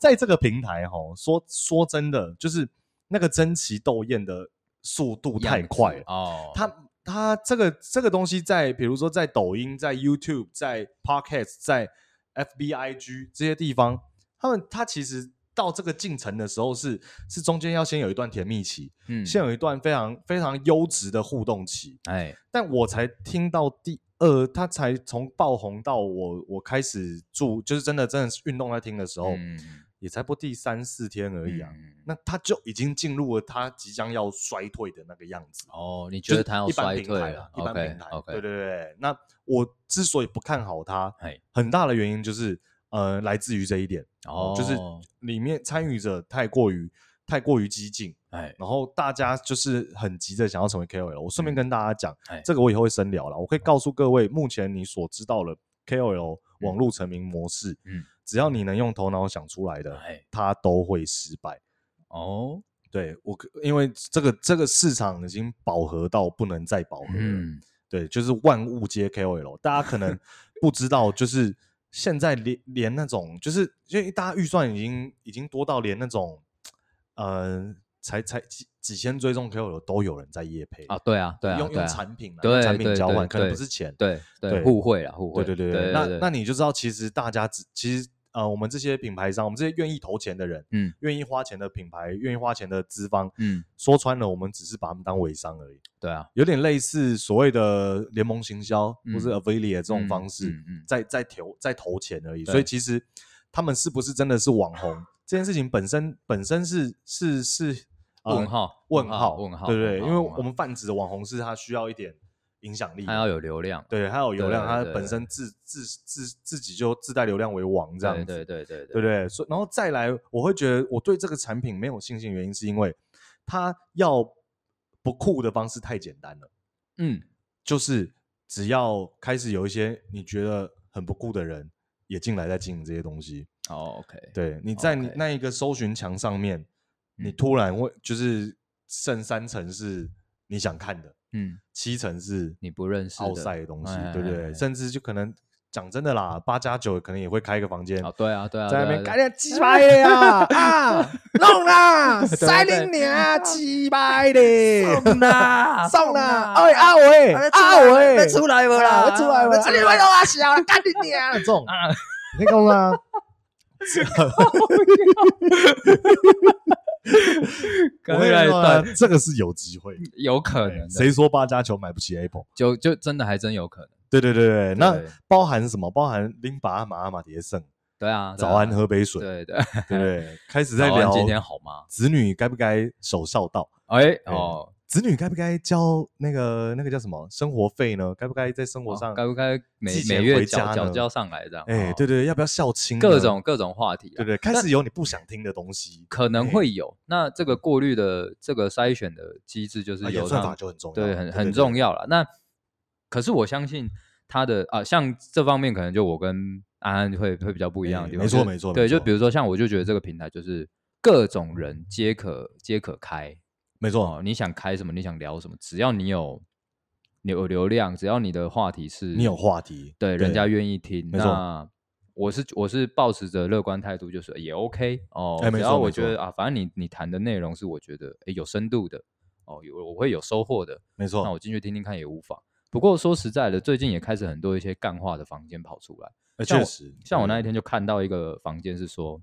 B: 在这个平台哈、说说真的，就是那个争奇斗艳的速度太快啊
A: 样
B: 了
A: 子。哦，
B: 它它这个这个东西在，比如说在抖音、在 YouTube、在 Podcast、在 FBIG 这些地方，他们它其实到这个进程的时候是是中间要先有一段甜蜜期，
A: 嗯
B: 先有一段非常非常优质的互动期，
A: 哎
B: 但我才听到第二，他才从爆红到我我开始注，就是真的真的是运动在听的时候，
A: 嗯
B: 也才播第三四天而哦已啊。
A: 嗯
B: 那他就已经进入了他即将要衰退的那个样子，
A: 哦，你
B: 就
A: 觉得
B: 是
A: 他要
B: 一般
A: 衰
B: 平
A: 退
B: 台啦
A: 了
B: 一般
A: ？OK
B: 平台，对
A: OK，
B: 对对。那我之所以不看好他，
A: 哎，
B: 很大的原因就是呃，来自于这一点，
A: 哦，
B: 就是里面参与者太过于太过于激进，
A: 哎，
B: 然后大家就是很急着想要成为 KOL。我顺便
A: 嗯
B: 跟大家讲，
A: 哎
B: 这个我以后会深聊了。我可以告诉各位，目前你所知道的 KOL
A: 嗯
B: 网络成名模式，
A: 嗯
B: 只要你能用头脑想出来的，
A: 哎，
B: 它都会失败。
A: 哦，
B: 对我可，因为这个这个市场已经饱和到不能再饱和了。
A: 嗯，
B: 对，就是万物皆 KOL。大家 可能不知道，就是现在连连那种，就是因为大家预算已经已经多到连那种，呃，才才几几千追踪 KOL 都有人在夜配
A: 啊，，对啊，对啊，
B: 用
A: 对
B: 用
A: 啊
B: 产品来
A: 对
B: 产品
A: 对
B: 交
A: 对
B: 换，可能不
A: 对
B: 是钱。
A: 对
B: 对
A: 对，互惠啦，互惠，
B: 对对对
A: 对
B: 对，
A: 对，
B: 那
A: 对
B: 那你就知道，其实大家只其实呃，我们这些品牌商，我们这些愿意投钱的人，
A: 嗯，
B: 愿意花钱的品牌，愿意花钱的资方，
A: 嗯，
B: 说穿了，我们只是把他们当微商而已。
A: 对啊，
B: 有点类似所谓的联盟行销、
A: 嗯
B: 或是 Avelia 这种方式，
A: 嗯嗯嗯
B: 在在投在投钱而已。
A: 对
B: 所以其实他们是不是真的是网红这件事情本身本身是是是、呃
A: 问号
B: 问号
A: 问号
B: 对不对？
A: 问
B: 因
A: 号
B: 为
A: 问号
B: 我们泛指的网红是他需要一点影响力，
A: 他要有流量，
B: 对，他有流量，
A: 对
B: 他
A: 对
B: 本身自自自自己就自带流量为王这样子。
A: 对对对对
B: 对不对？所以然后再来，我会觉得我对这个产品没有信心，原因是因为它要不酷的方式太简单了，
A: 嗯，
B: 就是只要开始有一些你觉得很不酷的人也进来在经营这些东西，
A: 好哦 OK，
B: 对，你在你
A: OK
B: 那一个搜寻墙上面，你
A: 嗯
B: 突然会就是剩三层是你想看的，
A: 嗯，
B: 七层是
A: 你不认识
B: 奥
A: 的
B: 赛的东西，
A: 哎
B: 对不
A: 哎
B: 对？
A: 哎
B: 甚至就可能讲真的啦，八加九可能也会开一个房间，
A: 哦，对啊，对啊，
B: 在
A: 对啊
B: 那边
A: 对
B: 干点鸡巴 的呀啊，弄啦，
A: 对
B: 塞你 娘鸡巴的，
A: 送 啦，啊
B: 送啦，哎阿伟，阿伟，
A: 来不
B: 啊要出来了，你们都啊小了，干你娘这种，
A: 啊
B: 你干嘛？
A: 刚
B: 我跟
A: 才
B: 你说哎啊
A: 断，
B: 这个是有机会，
A: 有可能的，
B: 谁说八加九买不起 Apple？
A: 就就真的还真有可能，
B: 对对对对，那
A: 对
B: 包含什么？包含拎把马阿玛蝶圣，
A: 对啊，对啊
B: 早安，喝杯水，
A: 对对，
B: 对不对？开始在
A: 早安
B: 聊
A: 今天好吗？
B: 子女该不该守孝道？
A: 哎哦，
B: 子女该不该交那个那个叫什么生活费呢？该不该在生活
A: 哦
B: 上？
A: 该不该每
B: 寄钱
A: 每
B: 回
A: 月
B: 家
A: 缴缴
B: 呢
A: 交上来这样？
B: 哎、
A: 哦
B: 对对，要不要孝亲呢？
A: 各种各种话题啊，
B: 对对，开始有你不想听的东西，
A: 可能
B: 哎
A: 会有。那这个过滤的这个筛选的机制就是
B: 啊演
A: 有
B: 算
A: 它
B: 法就很重要，
A: 对，很很重要
B: 要。
A: 了。那可是我相信他的啊、像这方面可能就我跟安安会会比较不一样的地方。
B: 哎没错
A: 就是
B: 没错没
A: 对，就
B: 错
A: 比如说像我就觉得这个平台就是各种人皆可皆可开
B: 没
A: 哦
B: 错，，
A: 你想开什么，你想聊什么，只要你有你有流量，只要你的话题是
B: 你有话题，
A: 对，人家愿意听。
B: 没错
A: 那我是我是抱持着乐观态度，就是也 OK 哦。
B: 哎没
A: 只
B: 错
A: 要我
B: 没
A: 觉
B: 错
A: 得啊，反正你你谈的内容是我觉得哎有深度的哦，有我会有收获的，
B: 没
A: 那
B: 错
A: 我，进去听听看也无妨。不过说实在的，最近也开始很多一些干话的房间跑出来，
B: 哎
A: 像
B: 确
A: 我
B: 实，
A: 像我
B: 对
A: 那一天就看到一个房间是说，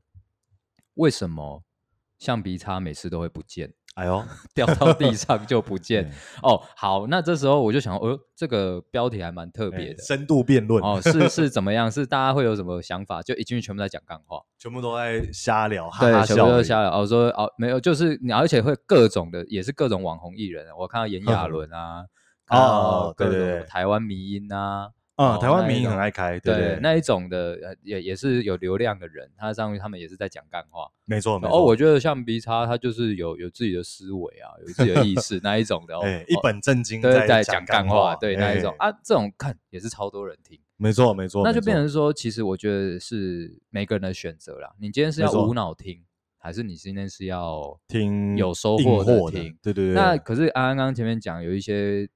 A: 为什么橡皮擦每次都会不见，
B: 哎呦，
A: 掉到地上就不见
B: 对？
A: 哦，好，那这时候我就想，哦，这个标题还蛮特别
B: 哎
A: 的，
B: 深度辩论
A: 哦，是是怎么样？是大家会有什么想法？就一进去全部在讲干话，
B: 全部都在瞎聊，哈
A: 对
B: 哈，
A: 全
B: 笑
A: 部都
B: 而已
A: 瞎。聊。哦，说哦，没有，就是你，而且会各种的，也是各种网红艺人。我看到炎亚纶啊，看到
B: 哦
A: 各
B: 对对
A: 种
B: 对
A: 台湾迷音啊，
B: 嗯，
A: 哦
B: 台湾
A: 那一
B: 民营
A: 种
B: 很爱开，对对，
A: 那一种的，呃也也是有流量的人，他上面他们也是在讲干话。
B: 没错没错。
A: 哦，我觉得像 B 叉，他就是有有自己的思维啊，有自己的意 识那一种的哦。
B: 哎，一
A: 哦
B: 本正经
A: 对在
B: 讲
A: 讲干话，对那一种，
B: 哎
A: 啊，这种看也是超多人听。
B: 没错没错，
A: 那就
B: 没错
A: 变成说，其实我觉得是每个人的选择啦。你今天是
B: 没
A: 要
B: 错
A: 无脑听，还是你今天是要？
B: 听
A: 有收
B: 硬
A: 获的
B: 的
A: 听，
B: 对对对。
A: 那可是安安刚刚前面讲有一些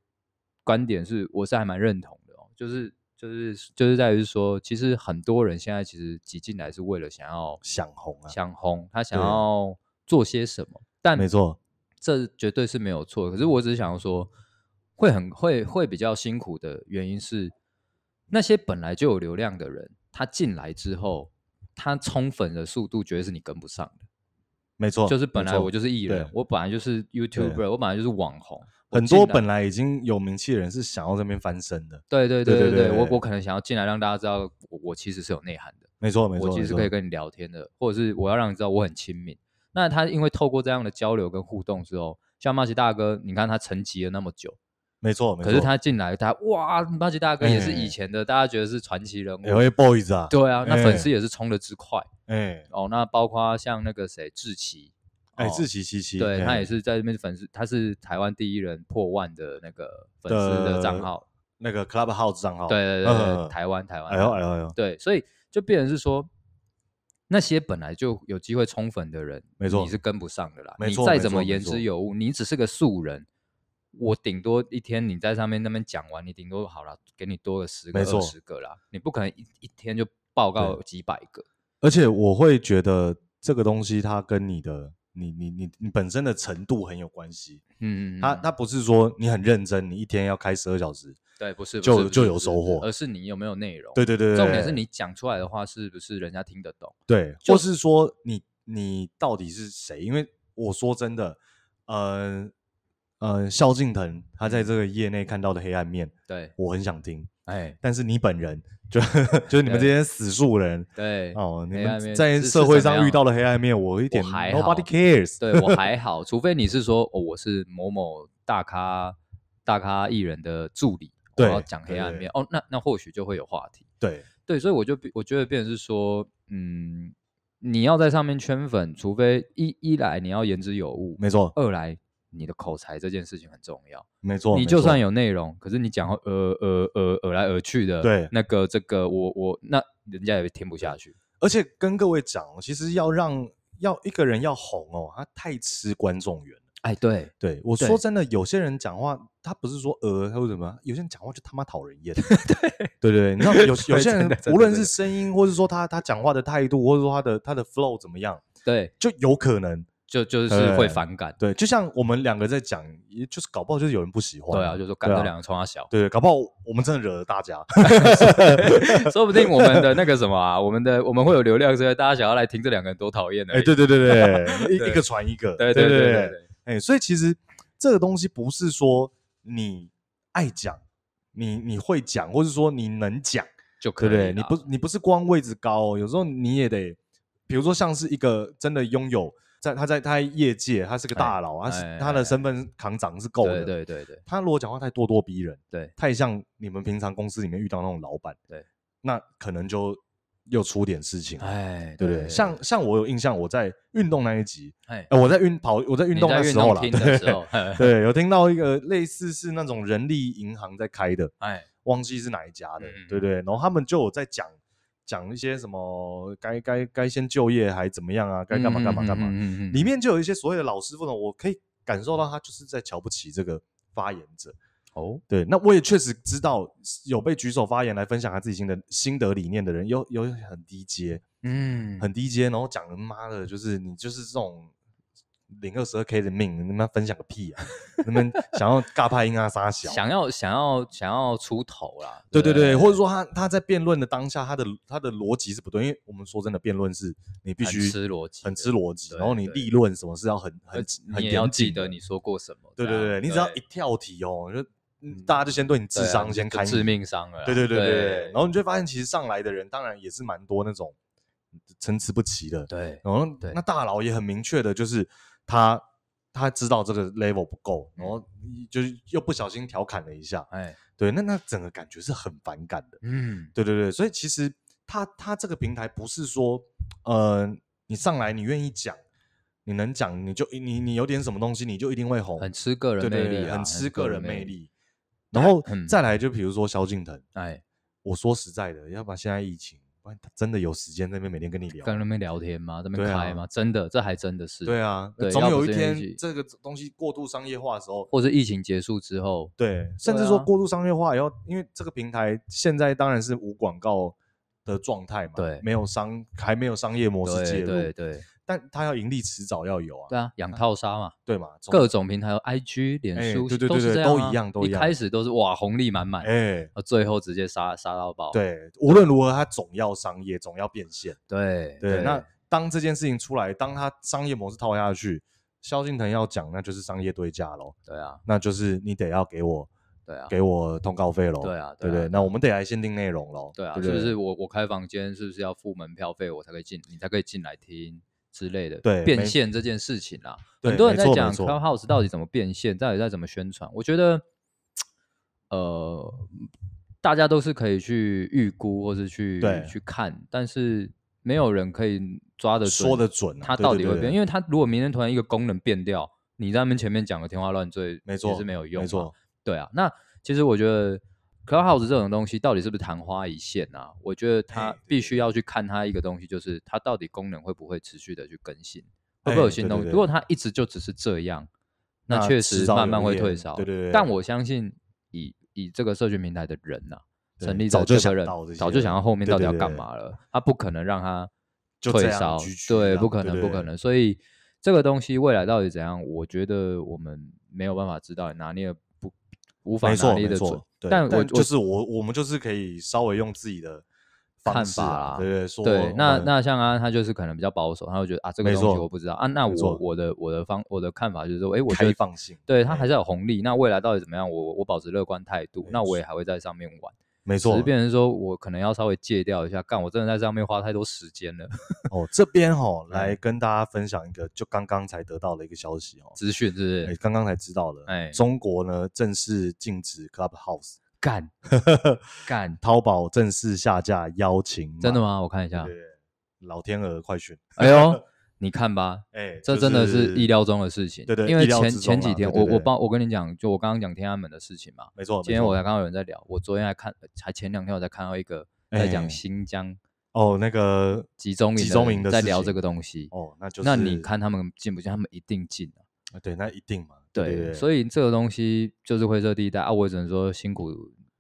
A: 观点是，我是还蛮认同的哦，就是就是就是在于说，其实很多人现在其实挤进来是为了想要
B: 想红啊，
A: 想红，他想
B: 对
A: 要做些什么，但
B: 没错，
A: 这绝对是没有错。可是我只是想要说，会很会会比较辛苦的原因是，那些本来就有流量的人，他进来之后，他冲粉的速度绝对是你跟不上的。
B: 没错，
A: 就是本
B: 哦没
A: 来
B: 错
A: 我就是艺人
B: 对，
A: 我本来就是 YouTuber，我本来就是网红，我
B: 很
A: 进
B: 多
A: 来
B: 本来已经有名气的人是想要这边翻身的，
A: 对对
B: 对
A: 对
B: 对对
A: 我我可能想要进来让大家知道我我其实是有内涵的，
B: 没错没错，
A: 我其实
B: 没错
A: 可以跟你聊天的，或者是我要让你知道我很亲民。那他因为透过这样的交流跟互动之后，像马奇大哥，你看他沉寂了那么久，
B: 没错没错，
A: 可是他进来，他哇，马奇大哥也是
B: 哎
A: 以前的，大家觉得是传奇人物，
B: L A Boys 啊，
A: 对啊，那
B: 哎
A: 粉丝也是冲的之快
B: 哎
A: 哦。那包括像那个谁志奇，
B: 哎
A: 哦
B: 自奇七七，
A: 对
B: 哎
A: 他也是在那边粉丝，他是台湾第一人破万的那个粉丝的账号，
B: 那个 Clubhouse 账号，
A: 对对对对，
B: 嗯，
A: 台湾台湾，
B: 哎呦哎呦哎呦，
A: 对，所以就变成是说，那些本来就有机会冲粉的人，
B: 没错
A: 你是跟不上的啦。
B: 没
A: 你
B: 错
A: 再
B: 没
A: 怎
B: 错
A: 么
B: 没
A: 言
B: 错
A: 之有物，你只是个素人，我顶多一天你在上面那边讲完，你顶多好了，给你多个十个、
B: 没错
A: 二十个啦，你不可能一一天就报告几百个。
B: 而且我会觉得这个东西它跟你的你你你你本身的程度很有关系，
A: 嗯，
B: 它
A: 嗯
B: 它不是说你很认真，你一天要开十二小时，
A: 对，不是不
B: 就
A: 不
B: 是
A: 是
B: 就有
A: 不是
B: 收
A: 不是
B: 获
A: 而是你有没有内容。
B: 对对对，对
A: 重点是
B: 对
A: 你讲出来的话是不是人家听得懂？
B: 对，或是说你你到底是谁？因为我说真的，呃呃，萧敬腾他在这个业内看到的黑暗面，
A: 对，
B: 我很想听，
A: 哎，
B: 但是你本人就 就是你们这些死素人。
A: 对，
B: 哦，你
A: 黑暗面
B: 们在
A: 是是
B: 社会
A: 怎么
B: 上遇
A: 样
B: 到的黑暗面，我一点
A: 还好
B: nobody cares。
A: 对我 还好，除非你是说哦，我是某某大咖大咖艺人的助理，我
B: 对
A: 要讲黑
B: 对
A: 暗
B: 对
A: 面哦，那那或许就会有话题。
B: 对，
A: 对，所以我就我觉得变成是说，嗯，你要在上面圈粉，除非一一来你要言之有物，
B: 没错，
A: 二来你的口才这件事情很重要。
B: 没错。
A: 你
B: 哦没
A: 就
B: 错
A: 算有内容，可是你讲话呃呃呃呃来呃去的，
B: 对
A: 那个这个我我那人家也听不下去。
B: 而且跟各位讲哦，其实要让要一个人要红哦，他太吃观众缘了。
A: 哎，对，
B: 对我
A: 对
B: 说真的，有些人讲话，他不是说呃或者什么，有些人讲话就他妈讨 人厌。对对对，你知道有有些
A: 真的
B: 人
A: 真的
B: 无论
A: 真
B: 是
A: 的
B: 声音，或是说他他讲话的态度，或者说他的他的 flow 怎么样，
A: 对，
B: 就有可能
A: 就就是会
B: 哎
A: 反感。
B: 对。就像我们两个在讲，也就是搞不好就是有人不喜欢。
A: 对啊，就说干
B: 对啊
A: 这两个冲他小，
B: 对，搞不好我们真的惹了大家。
A: 说不定我们的那个什么啊，我们的我们会有流量，所以大家想要来听这两个人多讨厌的。
B: 哎，对对对 对，一
A: 对
B: 一个传一个。
A: 对
B: 对
A: 对对对对，
B: 哎、所以其实这个东西不是说你爱讲，你你会讲，或是说你能讲，
A: 就
B: 对
A: 可
B: 不
A: 以
B: 对？
A: 啦。
B: 你不你不是光位置高、哦，有时候你也得，比如说像是一个真的拥有在他在他在业界，他是个大佬，他是、
A: 哎
B: 他的身份扛长是够的。
A: 对对对对
B: 他如果讲话太咄咄逼人，
A: 对，
B: 太像你们平常公司里面遇到那种老板，
A: 对，
B: 那可能就又出点事情。
A: 哎，
B: 对不对？像像我有印象，我在运动那一集，
A: 哎，
B: 呃，我在运跑，我在运动
A: 你在
B: 那
A: 运
B: 时候
A: 动
B: 啦，
A: 厅
B: 对
A: 的时候， 嘿
B: 对，有听到一个类似是那种人力银行在开的，
A: 哎，
B: 忘记是哪一家的，
A: 嗯
B: 对对。然后他们就有在讲讲一些什么该该该先就业还怎么样啊，该干
A: 嗯
B: 嘛干嘛干嘛。
A: 嘛
B: 里面就有一些所谓的老师傅呢，我可以感受到他就是在瞧不起这个发言者。
A: 哦，
B: 对，那我也确实知道有被举手发言来分享他自己新的心得理念的人，有有很低阶，
A: 嗯，
B: 很低阶，然后讲的妈的，就是你就是这种零二十二 K 的命，你他妈分享个屁啊！你们想要尬拍音啊，撒小，
A: 想要想要想要出头啦，
B: 对对
A: 对
B: 对，或者说他他在辩论的当下，他的他的逻辑是不对，因为我们说真的，辩论是你必
A: 很
B: 须
A: 吃逻辑
B: 很
A: 的
B: 吃逻辑，
A: 对
B: 然后你
A: 对呃
B: 立论什么是要很很很
A: 你也要
B: 严
A: 记
B: 谨
A: 得
B: 的，
A: 你说过什么。
B: 对
A: 这
B: 对
A: 样
B: 对，你只要一跳题哦，就
A: 嗯
B: 大家就先对你智
A: 对啊
B: 商
A: 就
B: 先
A: 就
B: 看一
A: 致
B: 眼
A: 命伤了啦。
B: 对对对对对，然
A: 后
B: 后你就会发现，其实上来的人当然也是蛮多那种参差不齐的。
A: 对
B: 然后
A: 对
B: 那大佬也很明确的，就是他他知道这个 level 不够，然后
A: 嗯
B: 就是又不小心调侃了一下。
A: 哎
B: 对，那那整个感觉是很反感的。
A: 嗯
B: 对对对，所以其实他他这个平台不是说，呃，你上来你愿意讲，你能讲你就你你有点什么东西你就一定会红，
A: 很吃个人
B: 对
A: 魅
B: 对对
A: 力啊，
B: 很吃个人魅
A: 力。
B: 力。然后
A: 嗯
B: 再来就比如说萧敬腾，
A: 哎，
B: 我说实在的，要不然现在疫情，不然他真的有时间在那边每天跟你聊。
A: 跟那边聊天吗？这边
B: 对啊
A: 开吗？真的，这还真的是。
B: 对啊，
A: 对
B: 总
A: 要
B: 有
A: 不
B: 一
A: 是因为疫
B: 天
A: 情
B: 这个东西过度商业化的时候，
A: 或者疫情结束之后，
B: 对，甚
A: 对
B: 至
A: 啊
B: 说过度商业化也要，因为这个平台现在当然是无广告的状态嘛，
A: 对
B: 没有商还没有商业模式介
A: 对
B: 入，
A: 对对
B: 但它要盈利迟早要有啊，
A: 对啊，养套杀嘛，
B: 对嘛，总
A: 各种平台有 IG、
B: 哎
A: 脸书，
B: 对对对
A: 都是
B: 对
A: 这样啊
B: 都一样都一
A: 一
B: 样
A: 开始都是哇红利满满，
B: 哎、
A: 啊最后直接杀杀到爆。
B: 对，无论如何它总要商业，总要变现，
A: 对
B: 对，那当这件事情出来，当它商业模式套下去，萧敬腾要讲，那就是商业对价喽，
A: 对啊，
B: 那就是你得要给我
A: 对啊，
B: 给我通告费喽，
A: 对啊
B: 对
A: 对啊
B: 不对？那我们得来限定内容喽，
A: 对啊，
B: 不
A: 是不是我我开房间是不是要付门票费我才可以进，你才可以进来听之类的？
B: 对没
A: 变现这件事情啊啦，
B: 对
A: 很多人
B: 没
A: 在
B: 错
A: 讲
B: 没错
A: Clubhouse 到底怎么变现，到底在怎么宣传？我觉得，呃，大家都是可以去预估或是去
B: 对
A: 去看，但是没有人可以抓得准
B: 说的准啊？
A: 它
B: 对
A: 到
B: 对
A: 底
B: 对
A: 会
B: 对
A: 变，因为它如果明天突然一个功能变掉，你在那边前面讲的天花乱坠，
B: 没错
A: 是没有用，
B: 没错。，
A: 对啊，那其实我觉得 Clubhouse 这种东西到底是不是昙花一现啊？我觉得它
B: 哎
A: 必须要去看它一个东西，就是它到底功能会不会持续的去更新，
B: 哎
A: 会不会有新东
B: 对
A: 西？
B: 对对
A: 如果它一直就只是这样，
B: 那
A: 确
B: 迟
A: 实
B: 早有
A: 慢慢
B: 一
A: 会
B: 天
A: 退烧。
B: 对对对
A: 但我相信以以这个社群平台的人呐、
B: 对
A: 成立
B: 早
A: 的
B: 就
A: 这
B: 想
A: 个人
B: 到这些
A: 早就想
B: 了
A: 要后面到底
B: 对
A: 要
B: 对
A: 干
B: 对
A: 嘛了，他不可能让他
B: 就这
A: 退
B: 样
A: 烧
B: 居居，
A: 对，
B: 这
A: 不可
B: 样对
A: 能，
B: 对
A: 不
B: 对
A: 可能。所以这个东西未来到底怎样，我觉得我们没有办法知道，拿捏不无法
B: 没
A: 拿
B: 错
A: 捏
B: 没
A: 的准
B: 错。。对
A: 但我
B: 就是我我们就是可以稍微用自己的方
A: 看
B: 式
A: 法
B: 啊，
A: 啦
B: 对对说
A: 对，那
B: 嗯
A: 那像啊，他就是可能比较保守，他会觉得啊，这个
B: 没
A: 东西
B: 错
A: 我不知道啊。那
B: 没错
A: 我我的我的方我的看法就是说，哎，我觉
B: 开
A: 得
B: 放性，
A: 对它
B: 哎
A: 还是要有红利。那未来到底怎么样？我我我保持乐观态度
B: 没，
A: 那我也还会在上面玩。
B: 没
A: 只
B: 错
A: 是，变成说我可能要稍微戒掉一下，干我真的在上面花太多时间了，
B: 哦，这边哦，
A: 嗯
B: 来跟大家分享一个，就刚刚才得到的一个消息哦，
A: 资讯是不
B: 哎，
A: 是？
B: 刚刚才知道了，
A: 哎
B: 中国呢正式禁止 Clubhouse，
A: 干干，
B: 淘宝正式下架邀请码，
A: 真的吗？我看一
B: 对？
A: 下
B: 对，对老天鹅快讯，
A: 哎呦，你看 吧，
B: 哎，
A: 这
B: 就
A: 真的是意，料中的事情。
B: 对对
A: 因为
B: 意料
A: 前
B: 之中
A: 前
B: 啦
A: 几天
B: 对
A: 我
B: 对
A: 我
B: 对
A: 帮我跟你讲，就我刚刚讲天安门的事情嘛，
B: 没错，
A: 今
B: 没
A: 天
B: 错
A: 我才刚刚有人在聊，我昨天还看，还前两天我才看到一个在
B: 哎
A: 讲新疆
B: 哦那个
A: 集中营
B: 集中营
A: 人
B: 的
A: 在
B: 事
A: 聊
B: 情
A: 这个东西，
B: 哦，那就是
A: 那你看他们进不进？他们一定进啊。
B: 啊，对，那一定嘛，
A: 对，
B: 对，
A: 所
B: 以
A: 以这个东西就是灰色地带啊，我也只能说辛苦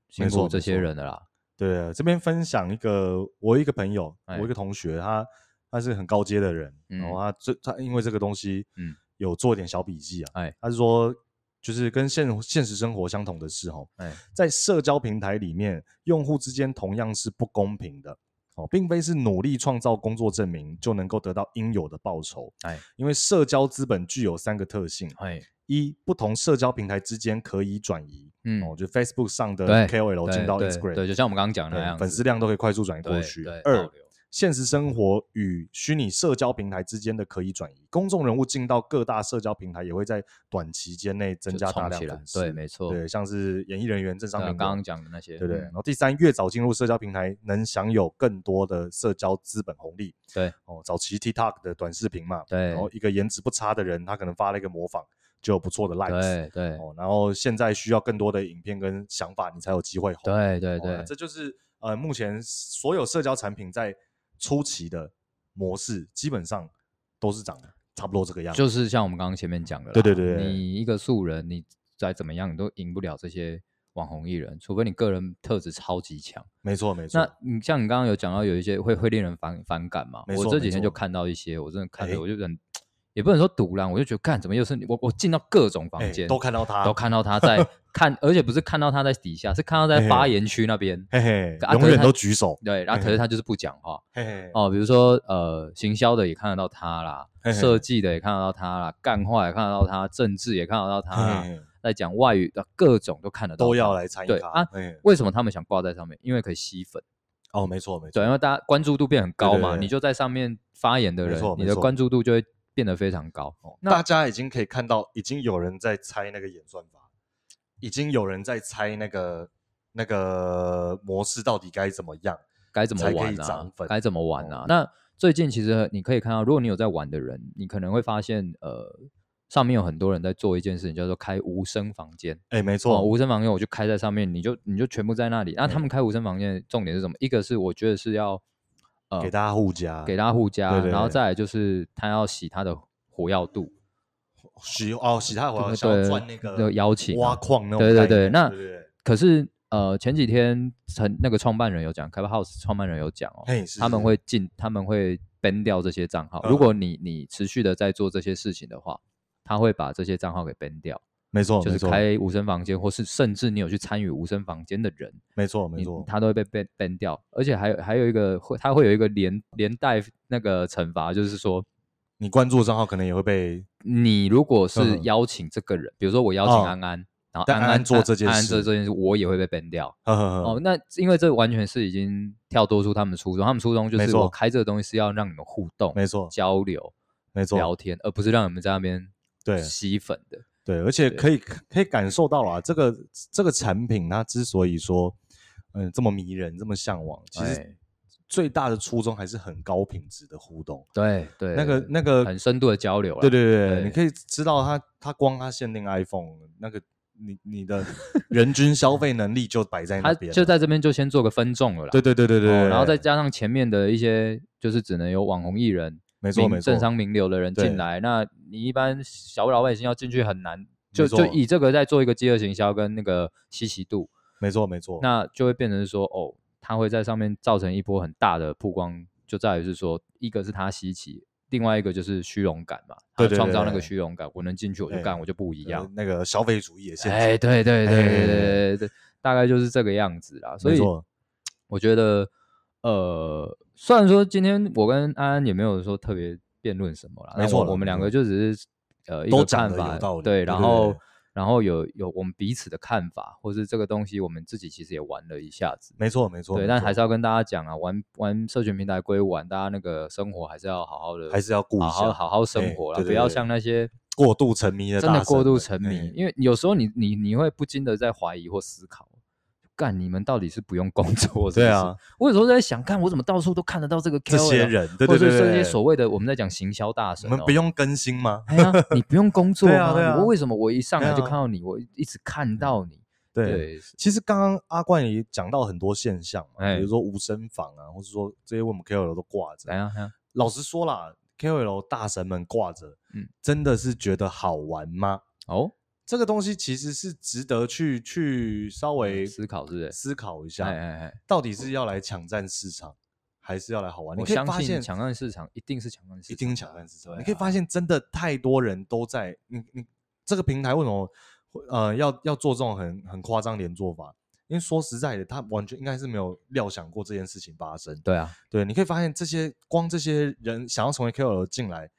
A: 辛
B: 没错
A: 苦这
B: 没
A: 些
B: 错
A: 人了啦。
B: 对这边分享一个，我有一个朋友，
A: 哎
B: 我一个同学，他他是很高阶的人，
A: 嗯
B: 然后他最他因为这个东西，嗯
A: 嗯，
B: 有做一点小笔记啊，
A: 哎
B: 他是说就是跟现现实生活相同的事哦，
A: 哎，
B: 在社交平台里面，用户之间同样是不公平的。哦，并非是努力创造工作证明就能够得到应有的报酬，
A: 哎
B: 因为社交资本具有三个特性：
A: 哎，
B: 一、不同社交平台之间可以转移，
A: 嗯，
B: 哦，就 Facebook 上的
A: 对
B: KOL 进
A: 对
B: 到
A: 对
B: Instagram，
A: 对，就像我们刚刚讲的那
B: 对
A: 样，
B: 粉丝量都可以快速转移过
A: 对
B: 去
A: 对。
B: 二
A: 倒流，
B: 现实生活与虚拟社交平台之间的可以转移，公众人物进到各大社交平台也会在短期间内增
A: 就
B: 加
A: 冲
B: 大量
A: 起来
B: 粉，丝。
A: 对，没错，
B: 对，像是演艺人员、政商
A: 对啊
B: 名流，
A: 刚刚讲的那些，
B: 对不
A: 嗯
B: 对？然后第三，越早进入社交平台，能享有更多的社交资本红利。
A: 对，
B: 哦，早期 TikTok 的短视频嘛，
A: 对
B: 然后一个颜值不差的人，他可能发了一个模仿，就有不错的 likes。
A: 对对
B: 哦，然后现在需要更多的影片跟想法，你才有机会红。
A: 对对
B: 哦那
A: 对，
B: 这就是呃，目前所有社交产品在初期的模式，基本上都是长得差不多这个样子。
A: 就是像我们刚刚前面讲的啦，
B: 对对对对
A: 你一个素人，你再怎么样，你都赢不了这些网红艺人，除非你个人特质超级强。
B: 没错没错
A: 那，你像你刚刚有讲到有一些会会令人反反感嘛
B: 没？
A: 我
B: 错
A: 这
B: 没
A: 几天
B: 错
A: 就看到一些，我真的看
B: 哎
A: 着我就很，也不能说堵然，我就觉得干怎么又是你？我我进到各种
B: 哎
A: 房间
B: 都看到他，
A: 都看到他 在看，而且不是看到他在底下，是看到
B: 嘿
A: 在
B: 嘿
A: 发言区那边。
B: 嘿嘿，
A: 啊
B: 永
A: 可是
B: 远
A: 他
B: 都举手，
A: 对，然后可是他就是不讲话
B: 嘿嘿，
A: 哦，比如说呃，行销的也看得到他啦
B: 嘿，嘿
A: 设计的也看得到他啦，干话也看得到他，政治也看得到他啦，
B: 嘿嘿
A: 在讲外语的各种都看得到，
B: 都要。来参
A: 啊
B: 与
A: 对
B: 他。
A: 啊
B: 嘿
A: 为什么他们想挂在上面？因为可以吸粉。
B: 哦，没错没错
A: 对，，因为大家关注度变很高嘛，
B: 对对对
A: 你就在上面发言的
B: 没
A: 人
B: 错，
A: 你
B: 没
A: 的
B: 错
A: 关注度就会变得非常高。
B: 哦
A: 那
B: 大家已经可以看到，已经有人在猜那个演算法，已经有人在猜那个那个模式到底该怎么样。
A: 该怎么
B: 才可以
A: 玩
B: 涨
A: 啊
B: 粉？
A: 该怎么玩啊
B: 哦？
A: 那最近其实你可以看到，如果你有在玩的人，你可能会发现，呃，上面有很多人在做一件事情，叫做开无声房间。
B: 哎，没错
A: 哦，，无声房间我就开在上面，你就你就全部在那里。那他
B: 嗯
A: 们开无声房间的重点是什么？一个是我觉得是要呃
B: 给大家互加，
A: 给大家互加，
B: 对对
A: 然后
B: 对
A: 再来就是他要洗他的火药度，
B: 洗哦洗太华
A: 对
B: 想要
A: 对
B: 赚那个
A: 那个邀请啊
B: 挖矿那种
A: 对对
B: 概念
A: 对那
B: 对对对
A: 可是呃，前几天成那个创办人有讲，Clubhouse 创办人有讲哦，
B: 嘿是
A: 他们
B: 是
A: 会禁，他们会 ban 掉这些账号。
B: 嗯
A: 如果你你持续的在做这些事情的话，他会把这些账号给 ban 掉，
B: 没错
A: 就
B: 哦没
A: 是
B: 错
A: 开无声房间，或是甚至你有去参与无声房间的人，
B: 没错没
A: 你
B: 错，
A: 他都会被 ban ban 掉。而且还有还有一个会，他会有一个连连带那个惩罚，就是说
B: 你关注的账号可能也会被
A: 你如果是
B: 嗯
A: 邀请这个人，比如说我邀请
B: 哦
A: 安安，然后
B: 但
A: 安
B: 安安做这件
A: 安安
B: 事
A: 做这件事，我也会被 ban 掉。
B: 呵呵呵
A: 哦，那因为这完全是已经跳脱出他们的初衷，他们初衷就
B: 没
A: 是
B: 错
A: 我开这个东西是要让你们互动、
B: 没错
A: 交流、
B: 没错，
A: 聊天，而不是让你们在那边
B: 对
A: 吸粉的。
B: 对，而且可以可以感受到啦，这个这个产品它之所以说，嗯、这么迷人，这么向往，其实
A: 哎
B: 最大的初衷还是很高品质的互动。
A: 对对，
B: 那个
A: 对
B: 那个
A: 很深度的交流啦
B: 对对对，对
A: 对
B: 你可以知道它它光它限定 iPhone 那个你你的人均消费能力就摆 在
A: 他
B: 那边了，
A: 就在这边就先做个分众了啦。
B: 对对对对对，
A: 哦然后再
B: 对
A: 加上前面的一些，就是只能有网红艺人、
B: 没错
A: 名
B: 没错
A: 政商名流的人
B: 对
A: 进来，那你一般小老百姓要进去很难，就
B: 没错
A: 就以这个在做一个饥饿行销跟那个稀奇度，
B: 没错没错，
A: 那就会变成是说，哦，它会在上面造成一波很大的曝光，就在于是说，一个是它稀奇，另外一个就是虚荣感嘛，它
B: 对对
A: 创造那
B: 对
A: 个虚荣感，我能进去我就
B: 对
A: 干，我就不一
B: 一
A: 样。
B: 呃那个消费主义也限制，
A: 哎，对对对对
B: 哎
A: 对对对，大概就是这个样子啦。所
B: 没
A: 以
B: 错
A: 我觉得，呃，虽然说今天我跟安安也没有说特别辩论什么啦，
B: 没
A: 但
B: 错
A: 我
B: 啦
A: 我们
B: 没
A: 两
B: 错
A: 个就只是呃一
B: 都
A: 个
B: 讲
A: 看
B: 得
A: 法
B: 有道理
A: 对，
B: 对对
A: 然
B: 对
A: 后
B: 对
A: 然后有有我们彼此的看法，或是这个东西我们自己其实也玩了一下子。
B: 没错没错，
A: 对，
B: 没
A: 但
B: 错
A: 还是要跟大家讲啊，玩玩社群平台归玩，大家那个生活还是要好好的，
B: 还是要顾一
A: 好好
B: 下
A: 好好生
B: 哎
A: 活啦，
B: 对对
A: 不要
B: 对
A: 像那些
B: 过度沉迷的
A: 真的
B: 大
A: 过
B: 神
A: 度
B: 们
A: 沉迷
B: 哎，
A: 因为有时候你你你会不禁的在怀疑或思考，干你们到底是不用工作是不是？
B: 对啊，，
A: 我有时候在想，看我怎么到处都看得到这个 KOL,
B: 这些人对
A: 或
B: 对
A: 者是
B: 对对，
A: 这些
B: 对
A: 所谓的我们在讲行销大
B: 你
A: 神、哦，
B: 们不。用更新吗？
A: 哎呀，你不用工作
B: 对
A: 吗？
B: 啊对啊
A: 我为什么我一上来就
B: 对啊嗯
A: 看到你，我一直看到你？
B: 对，
A: 对，
B: 其实刚刚阿冠也讲到很多现象嘛，
A: 哎
B: 比如说无声房啊，或者说这些我们 KOL 都挂
A: 怎
B: 着。
A: 样？怎样？
B: 老实说啦，KOL 大神们挂着，
A: 嗯
B: 真的是觉得好玩吗？
A: 哦，
B: 这个东西其实是值得去去稍微
A: 嗯思考是不是
B: 思考一
A: 哎
B: 下，
A: 哎哎，
B: 到底是要来抢占市场，还是要来好玩？你
A: 我
B: 可以
A: 相
B: 发
A: 信
B: 现，
A: 抢占市场一定是抢占市场，
B: 一定抢占市场。
A: 对
B: 你可以
A: 啊
B: 发现，真的太多人都在你你这个平台为什么会呃要要做这种很很夸张连做法？因为说实在的，他完全应该是没有料想过这件事情发生。
A: 对啊，
B: 对，你可以发现这些光这些人想要成为 KOL 进来，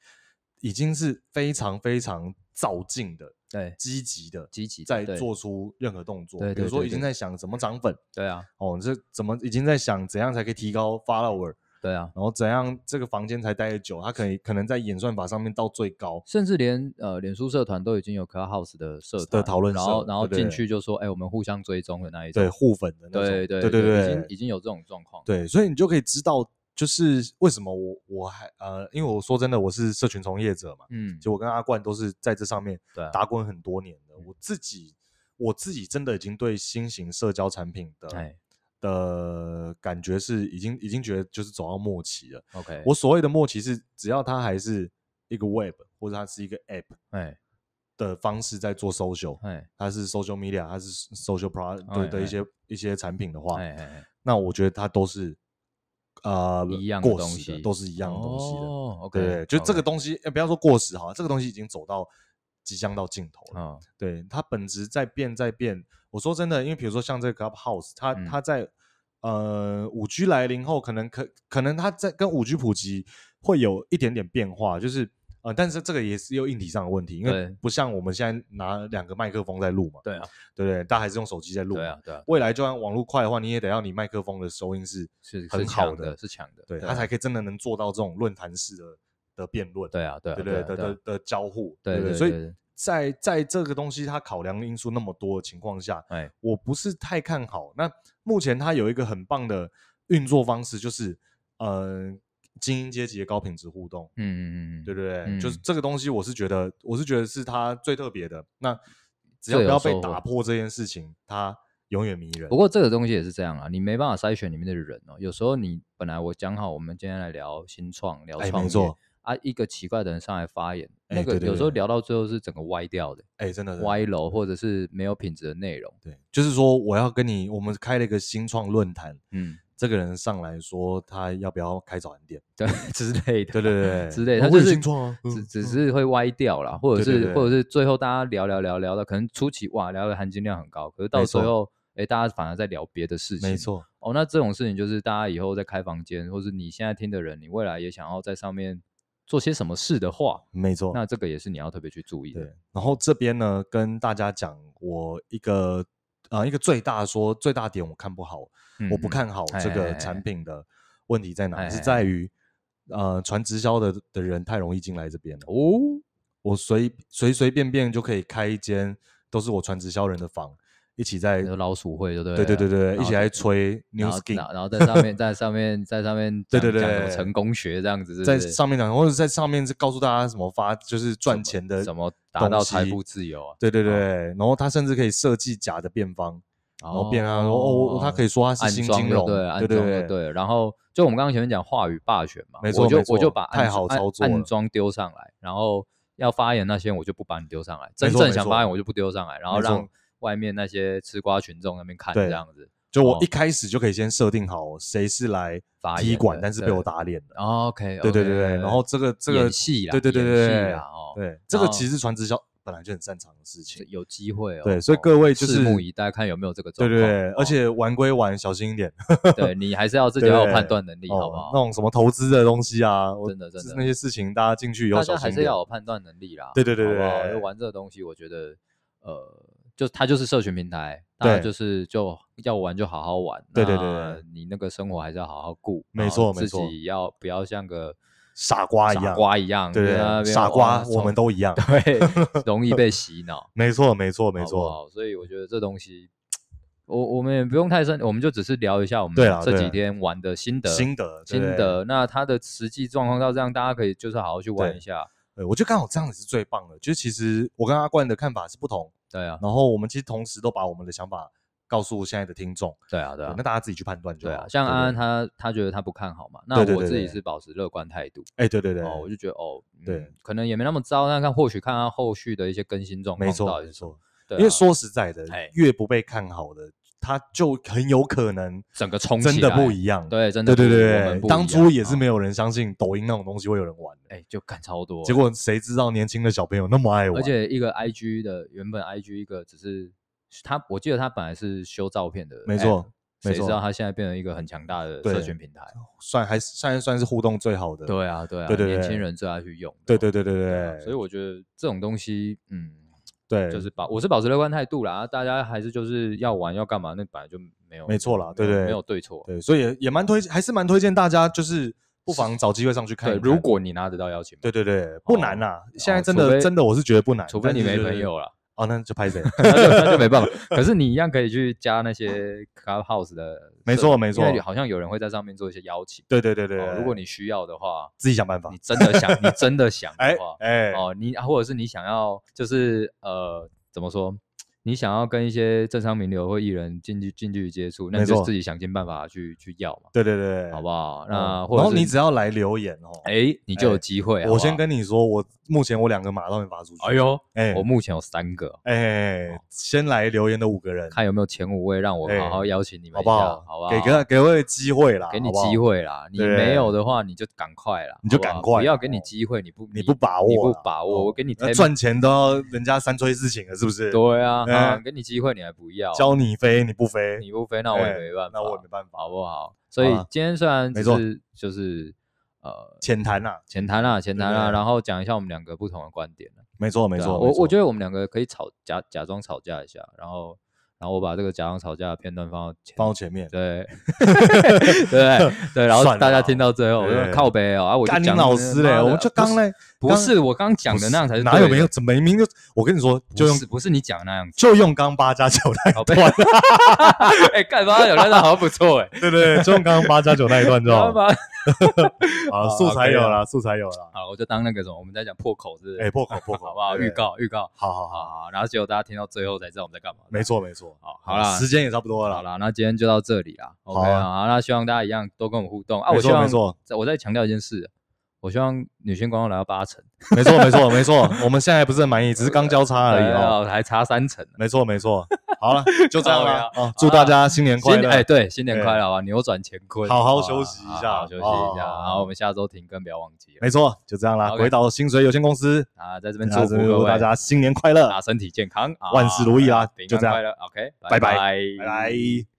B: 已经是非常非常造进的、
A: 对，
B: 积极的，
A: 积极的
B: 在
A: 对
B: 做出任何动作。
A: 对
B: 比如
A: 对
B: 说
A: 对
B: 已经
A: 对
B: 在想怎么涨粉
A: 对啊，
B: 哦，这怎么已经在想怎样才可以提高 follower，
A: 对啊，
B: 然后怎样这个房间才待得久，它可以可能在演算法上面到最高。
A: 甚至连呃，脸书社团都已经有 Clubhouse 的社
B: 的
A: 团
B: 讨论
A: 然
B: 社
A: 后然后
B: 对对
A: 进
B: 对
A: 去就说，哎、我们互相追踪的那一种，
B: 对互粉的那种，
A: 对
B: 对
A: 对
B: 对
A: 已经已经有这种状况，
B: 对，所以你就可以知道，就是为什么我我还呃，因为我说真的，我是社群从业者嘛，
A: 嗯，
B: 就我跟阿冠都是在这上面
A: 对啊，嗯
B: 打滚很多年的，我自己我自己真的已经对新型社交产品的
A: 哎
B: 的感觉是已经已经觉得就是走到末期了。
A: ，OK，
B: 我所谓的末期是，只要它还是一个 Web 或者它是一个 App
A: 哎
B: 的方式在做 social，
A: 哎
B: 它是 social media，它是 social product
A: 哎
B: 的的一
A: 哎
B: 些一些产品的话，
A: 哎哎，
B: 那我觉得它都是呃
A: 一样的
B: 过
A: 东
B: 时
A: 西
B: 都是一样的东西的。
A: 哦，OK，
B: 对，就这个
A: OK，
B: 东西，呃不要说过时哈，这个东西已经走到即将到尽头了。
A: 哦，
B: 对，它本质在变，在变。我说真的，因为比如说像这个 Clubhouse，它、
A: 嗯
B: 它在呃五 G 来临后，可能可可能它在跟五 G 普及会有一点点变化，就是呃，但是这个也是有硬体上的问题，因为
A: 对
B: 不像我们现在拿两个麦克风在录嘛，
A: 对啊，
B: 对不对？大家还是用手机在录嘛。
A: 对啊，对啊，
B: 未来就算网络快的话，你也得要你麦克风的收音是
A: 是
B: 很
A: 是
B: 好
A: 强的，是强的，
B: 对，
A: 啊
B: 它才可以真的能做到这种论坛式的的辩论，
A: 对啊，对啊，
B: 对不
A: 对
B: 对
A: 啊
B: 的
A: 对啊
B: 的的交互，
A: 对
B: 不
A: 对对
B: 对？所以
A: 对
B: 在在这个东西它考量因素那么多的情况下，
A: 哎，
B: 我不是太看好。那目前它有一个很棒的运作方式，就是呃精英阶级的高品质互动，
A: 嗯嗯嗯，
B: 对
A: 嗯，
B: 不对？
A: 嗯
B: 就是这个东西，我是觉得我是觉得是它最特别的。那只要
A: 最
B: 不
A: 有
B: 要被
A: 收获
B: 打破这件事情，它永远迷人
A: 不。过这个东西也是这样啊，你没办法筛选里面的人哦，有时候你本来我讲好，我们今天来聊新创，聊
B: 哎，
A: 创
B: 没
A: 业。
B: 错，
A: 啊，一个奇怪的人上来发言，
B: 哎
A: 那个
B: 对对
A: 有时候
B: 对
A: 聊到最后是整个歪掉的，
B: 哎，真的真的
A: 歪楼或者是没有品质的内容。
B: 对，就是说我要跟你，我们开了一个新创论坛，
A: 嗯，
B: 这个人上来说他要不要开早餐 店？
A: 对之类的，
B: 对对对，
A: 之类
B: 他
A: 的，它就是
B: 新创啊，嗯
A: 只只是会歪掉啦，或者
B: 对对
A: 是
B: 对
A: 或者是最后大家聊聊聊聊到可能初期哇聊的含金量很高，可是到
B: 没错
A: 最后哎大家反而在聊别的事情。
B: 没错，
A: 哦，那这种事情就是大家以后在开房间，或是你现在听的人，你未来也想要在上面做些什么事的话，
B: 没错。
A: 那这个也是你要特别去注意的
B: 对。，然后这边呢，跟大家讲我一个呃一个最大说最大点，我看不好，
A: 嗯
B: 我不看好这
A: 哎哎
B: 个
A: 哎
B: 产品的问题在哪，
A: 哎
B: 是
A: 哎
B: 在于呃传直销的的人太容易进来这边了。
A: 哦，
B: 我随随随便便就可以开一间都是我传直销人的房，一起在
A: 有老鼠会，对啊不对？
B: 对对对对，
A: 然
B: 一
A: 后
B: 起来吹 New
A: 然后
B: Skin，
A: 然后然后在上面，在上面，在上面
B: 对
A: 讲，
B: 对对
A: 讲什么
B: 对
A: 成功学这样子，是不
B: 在
A: 是
B: 上面讲，或者在上面是告诉大家怎么发，就是赚钱的
A: 怎么达到
B: 东西
A: 财富自由啊？
B: 对对对，然后他甚至可以设计假的辩方，
A: 然
B: 然后辩方说哦，他可以说他
A: 暗
B: 是新
A: 装
B: 金
A: 就
B: 融，
A: 对，暗
B: 对
A: 装就
B: 对，
A: 对。然后就我们刚刚前面讲话语霸权嘛，
B: 没错
A: 我就
B: 没错
A: 我就把暗
B: 太好
A: 暗
B: 操作了
A: 暗装丢上来，然后要发言那些我就不把你丢上来，真
B: 没错
A: 正想
B: 没错
A: 发言我就不丢上来，然后
B: 没错
A: 让外面那些吃瓜群众那边看
B: 对
A: 这样子。
B: 就我
A: 哦
B: 一开始就可以先设定好谁是来
A: 发言
B: 踢馆，
A: 的
B: 但是被
A: 对哦
B: 我打脸了，
A: OK，
B: 对对对对，然后这个这个
A: 戏啦，
B: 对对对对
A: 演戏
B: 对
A: 啦哦，
B: 对，这个
A: 然后
B: 其实传直销本来就很擅长的事
A: 这
B: 情，
A: 有机会哦。
B: 对所以
A: 哦
B: 各位就
A: 拭
B: 是
A: 目以待，看有没有这个
B: 对
A: 状
B: 对
A: 况。
B: 对，
A: 哦
B: 而且玩归玩，小心一点，
A: 对你还是要自己
B: 对
A: 要
B: 哦
A: 有
B: 对
A: 判断能力，好不
B: 那
A: 好？
B: 种什么投资的东西啊，我
A: 真的真的
B: 那些事情，大家进去以后
A: 大
B: 小
A: 家还
B: 心一
A: 是
B: 点
A: 要。有判断能力啦。
B: 对对对
A: 好不好？
B: 对
A: 就玩这个东西，我觉得呃，就它就是社群平台，大家
B: 对
A: 就是就要玩就好好玩。
B: 对对对
A: 那
B: 对
A: 你那个生活还是要好好顾，
B: 没
A: 然后
B: 错没错
A: 自己要不要像个
B: 傻瓜一样
A: 傻瓜一样，
B: 对
A: 就在那
B: 对，
A: 边
B: 傻瓜
A: 哇，
B: 我们都 一样。
A: 对容易 被洗脑。
B: 没错，没错，没
A: 好不
B: 错。
A: 好所以我觉得这东西，我我们也不用太深，我们就只是聊一下我们
B: 对啦
A: 这
B: 对
A: 几
B: 啦
A: 天玩的心得。
B: 心得，
A: 心
B: 对，
A: 得，那它的实际状况到这样，大家可以就是好好去玩
B: 对
A: 一下。
B: 对呃我觉得刚好这样子是最棒的。就是其实我跟阿冠的看法是不同，
A: 对啊，
B: 然后我们其实同时都把我们的想法告诉现在的听众，
A: 对啊，对啊
B: 那，大家自己去判断就
A: 对
B: 好。
A: 啊。像安安
B: 对，
A: 他他觉得他不看好嘛，那
B: 对对
A: 我
B: 对
A: 自己
B: 对
A: 是保持乐观态度
B: 对哎，对对对，
A: 哦，我就觉得哦，嗯
B: 对，
A: 可能也没那么糟，但看或许看他后续的一些更新状况
B: 没
A: 到
B: 错，
A: 底
B: 没
A: 是什么，
B: 错。
A: 对啊，
B: 因为说实在的
A: 哎，
B: 越不被看好的，他就很有可能
A: 整个冲
B: 真
A: 起
B: 的
A: 来
B: 不一样。
A: 对，真的
B: 对对
A: 不我
B: 对
A: 们不
B: 对，
A: 一
B: 当
A: 样
B: 初也是
A: 哦
B: 没有人相信抖音那种东西会有人玩的，
A: 哎，就干超多，
B: 结果谁知道年轻的小朋友那么爱玩？
A: 而且一个 IG 的原本 IG 一个只是他，我记得他本来是修照片的 app，
B: 没错，没
A: 谁
B: 错
A: 知道他现在变成一个很强大的
B: 对
A: 社群平台？
B: 算还是算算是互动最好的。
A: 对啊，对啊，
B: 对对对
A: 年轻人最爱去用的，
B: 对对对对
A: 对啊
B: 对，
A: 所以我觉得这种东西，嗯，
B: 对
A: 就是保我是保持乐观态度啦，啊大家还是就是要玩要干嘛，那本来就没有
B: 没错啦
A: 没有
B: 对对
A: 没有对错。
B: 对，所以也也蛮推，还是蛮推荐大家，就是不妨找机会上去看
A: 对，
B: 一看。
A: 如果你拿得到邀请码，哦
B: 对对对，不难啦，现在真
A: 除非
B: 的真的我是觉得不难，
A: 除非你
B: 但
A: 没
B: 是就是
A: 朋友啦，
B: 哦，那就拍谁？
A: 那就那就没 办法。可是你一样可以去加那些 Clubhouse 的，
B: 没错没错
A: 因为好像有人会在上面做一些邀请。
B: 对对对对
A: 哦
B: 对，
A: 如果你需要的话，
B: 自己想办法
A: 你，真的想，你真的 想
B: 哎
A: 的话，
B: 哎，
A: 哦，你啊或者是你想要，就是呃，怎么说？你想要跟一些政商名流或艺人近距近距离接触，那你
B: 没
A: 就
B: 错
A: 自己想尽办法去去要嘛，
B: 对对对，
A: 好
B: 好？
A: 不好？那或者
B: 然后
A: 是
B: 你只要来留言哦，
A: 哎，你就有
B: 哎
A: 机会。好
B: 我
A: 不
B: 先
A: 好，
B: 跟你说，我目前我两个马上会发出去。
A: 哎，呦，
B: 哎
A: 我目前有三个，
B: 哎，先来留言的五个人，
A: 看有没有前五位，让我
B: 哎
A: 好好邀请你们
B: 好
A: 一
B: 不
A: 下，
B: 好？
A: 好不好？
B: 给个给位机会啦，
A: 给你
B: 好不好
A: 机，会啦，你
B: 对
A: 没有的话，你就赶快啦，
B: 你就
A: 好不好
B: 赶快
A: 不要
B: 啦哦
A: 给你机会，你不
B: 你不把握
A: 你
B: 啦，
A: 不把握，
B: 哦
A: 我给你
B: 那
A: ten-
B: 赚钱都要人家三催四请了，是不是？
A: 对啊，
B: 哎
A: 啊给你机会你还不要，啊
B: 教你飞你不飞，
A: 你不飞，那我也
B: 哎
A: 没办法，啊
B: 那我也没办法
A: 好，不好？所以
B: 好啊
A: 今天虽然只
B: 没错
A: 是就是呃
B: 浅谈啊啦，
A: 浅谈啦，浅谈
B: 对
A: 啦，
B: 对
A: 然后讲一下我们两个不同的观点啦
B: 没错没
A: 对啊
B: 错，
A: 我我觉
B: 得
A: 得我们两个可以吵假假装吵架一下，然后然后我把这个假装吵架的片段放到前
B: 放到前面，
A: 对， 对对，然后
B: 算了
A: 大家
B: 啊
A: 听到最后，我就
B: 对
A: 靠背哦，啊，我就
B: 干你
A: 讲
B: 老师嘞，
A: 妈的
B: 我们就刚嘞，
A: 不
B: 刚
A: 是我刚讲的那样才是
B: 哪
A: 对
B: 有
A: 的
B: 没有？怎么明明就我跟你说，
A: 不
B: 就用
A: 是哦不是你讲的那样子，
B: 就用刚八加九那
A: 靠
B: 一
A: 背
B: 段，，
A: 哎，干嘛有那段好像不错哎，
B: 对对，对就用刚刚八加九那一段就
A: 干
B: 好了，
A: 嘛？
B: 好
A: 好
B: 啊素材有
A: 可以
B: 啦，素材有啦，
A: 好，我就当那个什么，我们在讲破口是不是
B: 哎，破口破口，
A: 好不好？
B: 对
A: 预，告预告，
B: 好好
A: 好
B: 好，
A: 好，然后结果大家听到最后才知道我们在干嘛，
B: 没错没错，
A: 好，好啦
B: 时。间也差不多
A: 好
B: 了啦，
A: 啦，那今天就到这里啦。
B: 好
A: OK
B: 啊
A: 啊，好，那希望大家一样多跟我们互动啊。
B: 没
A: 我希
B: 错
A: 望
B: 没错
A: 再，我再强调一件事，我希望女性观众来到八成，
B: 没错没错没错，我们现在不是很满意，只是刚交叉 而已哦。
A: 哎呀还差三成呢。
B: 没错，没错。好了，就这样了
A: 靠呀
B: 啊！祝大家新年快
A: 新
B: 乐！
A: 哎、对，新年
B: 哎
A: 快乐啊！扭转乾坤，
B: 好好
A: 吧
B: 休息一下
A: 好好休息一下。
B: 哦
A: 然后我们下周停更，不要忘记了
B: 没错，就这样啦。
A: OK
B: 鬼岛薪水有限公司，
A: 啊！在这边祝
B: 那
A: 福
B: 祝
A: 各位
B: 大家新年快乐，
A: 啊，身体健康，啊
B: 万事如意啦
A: 平
B: 就
A: 安
B: 这样
A: 快乐，OK，
B: 拜拜
A: 拜
B: 拜拜。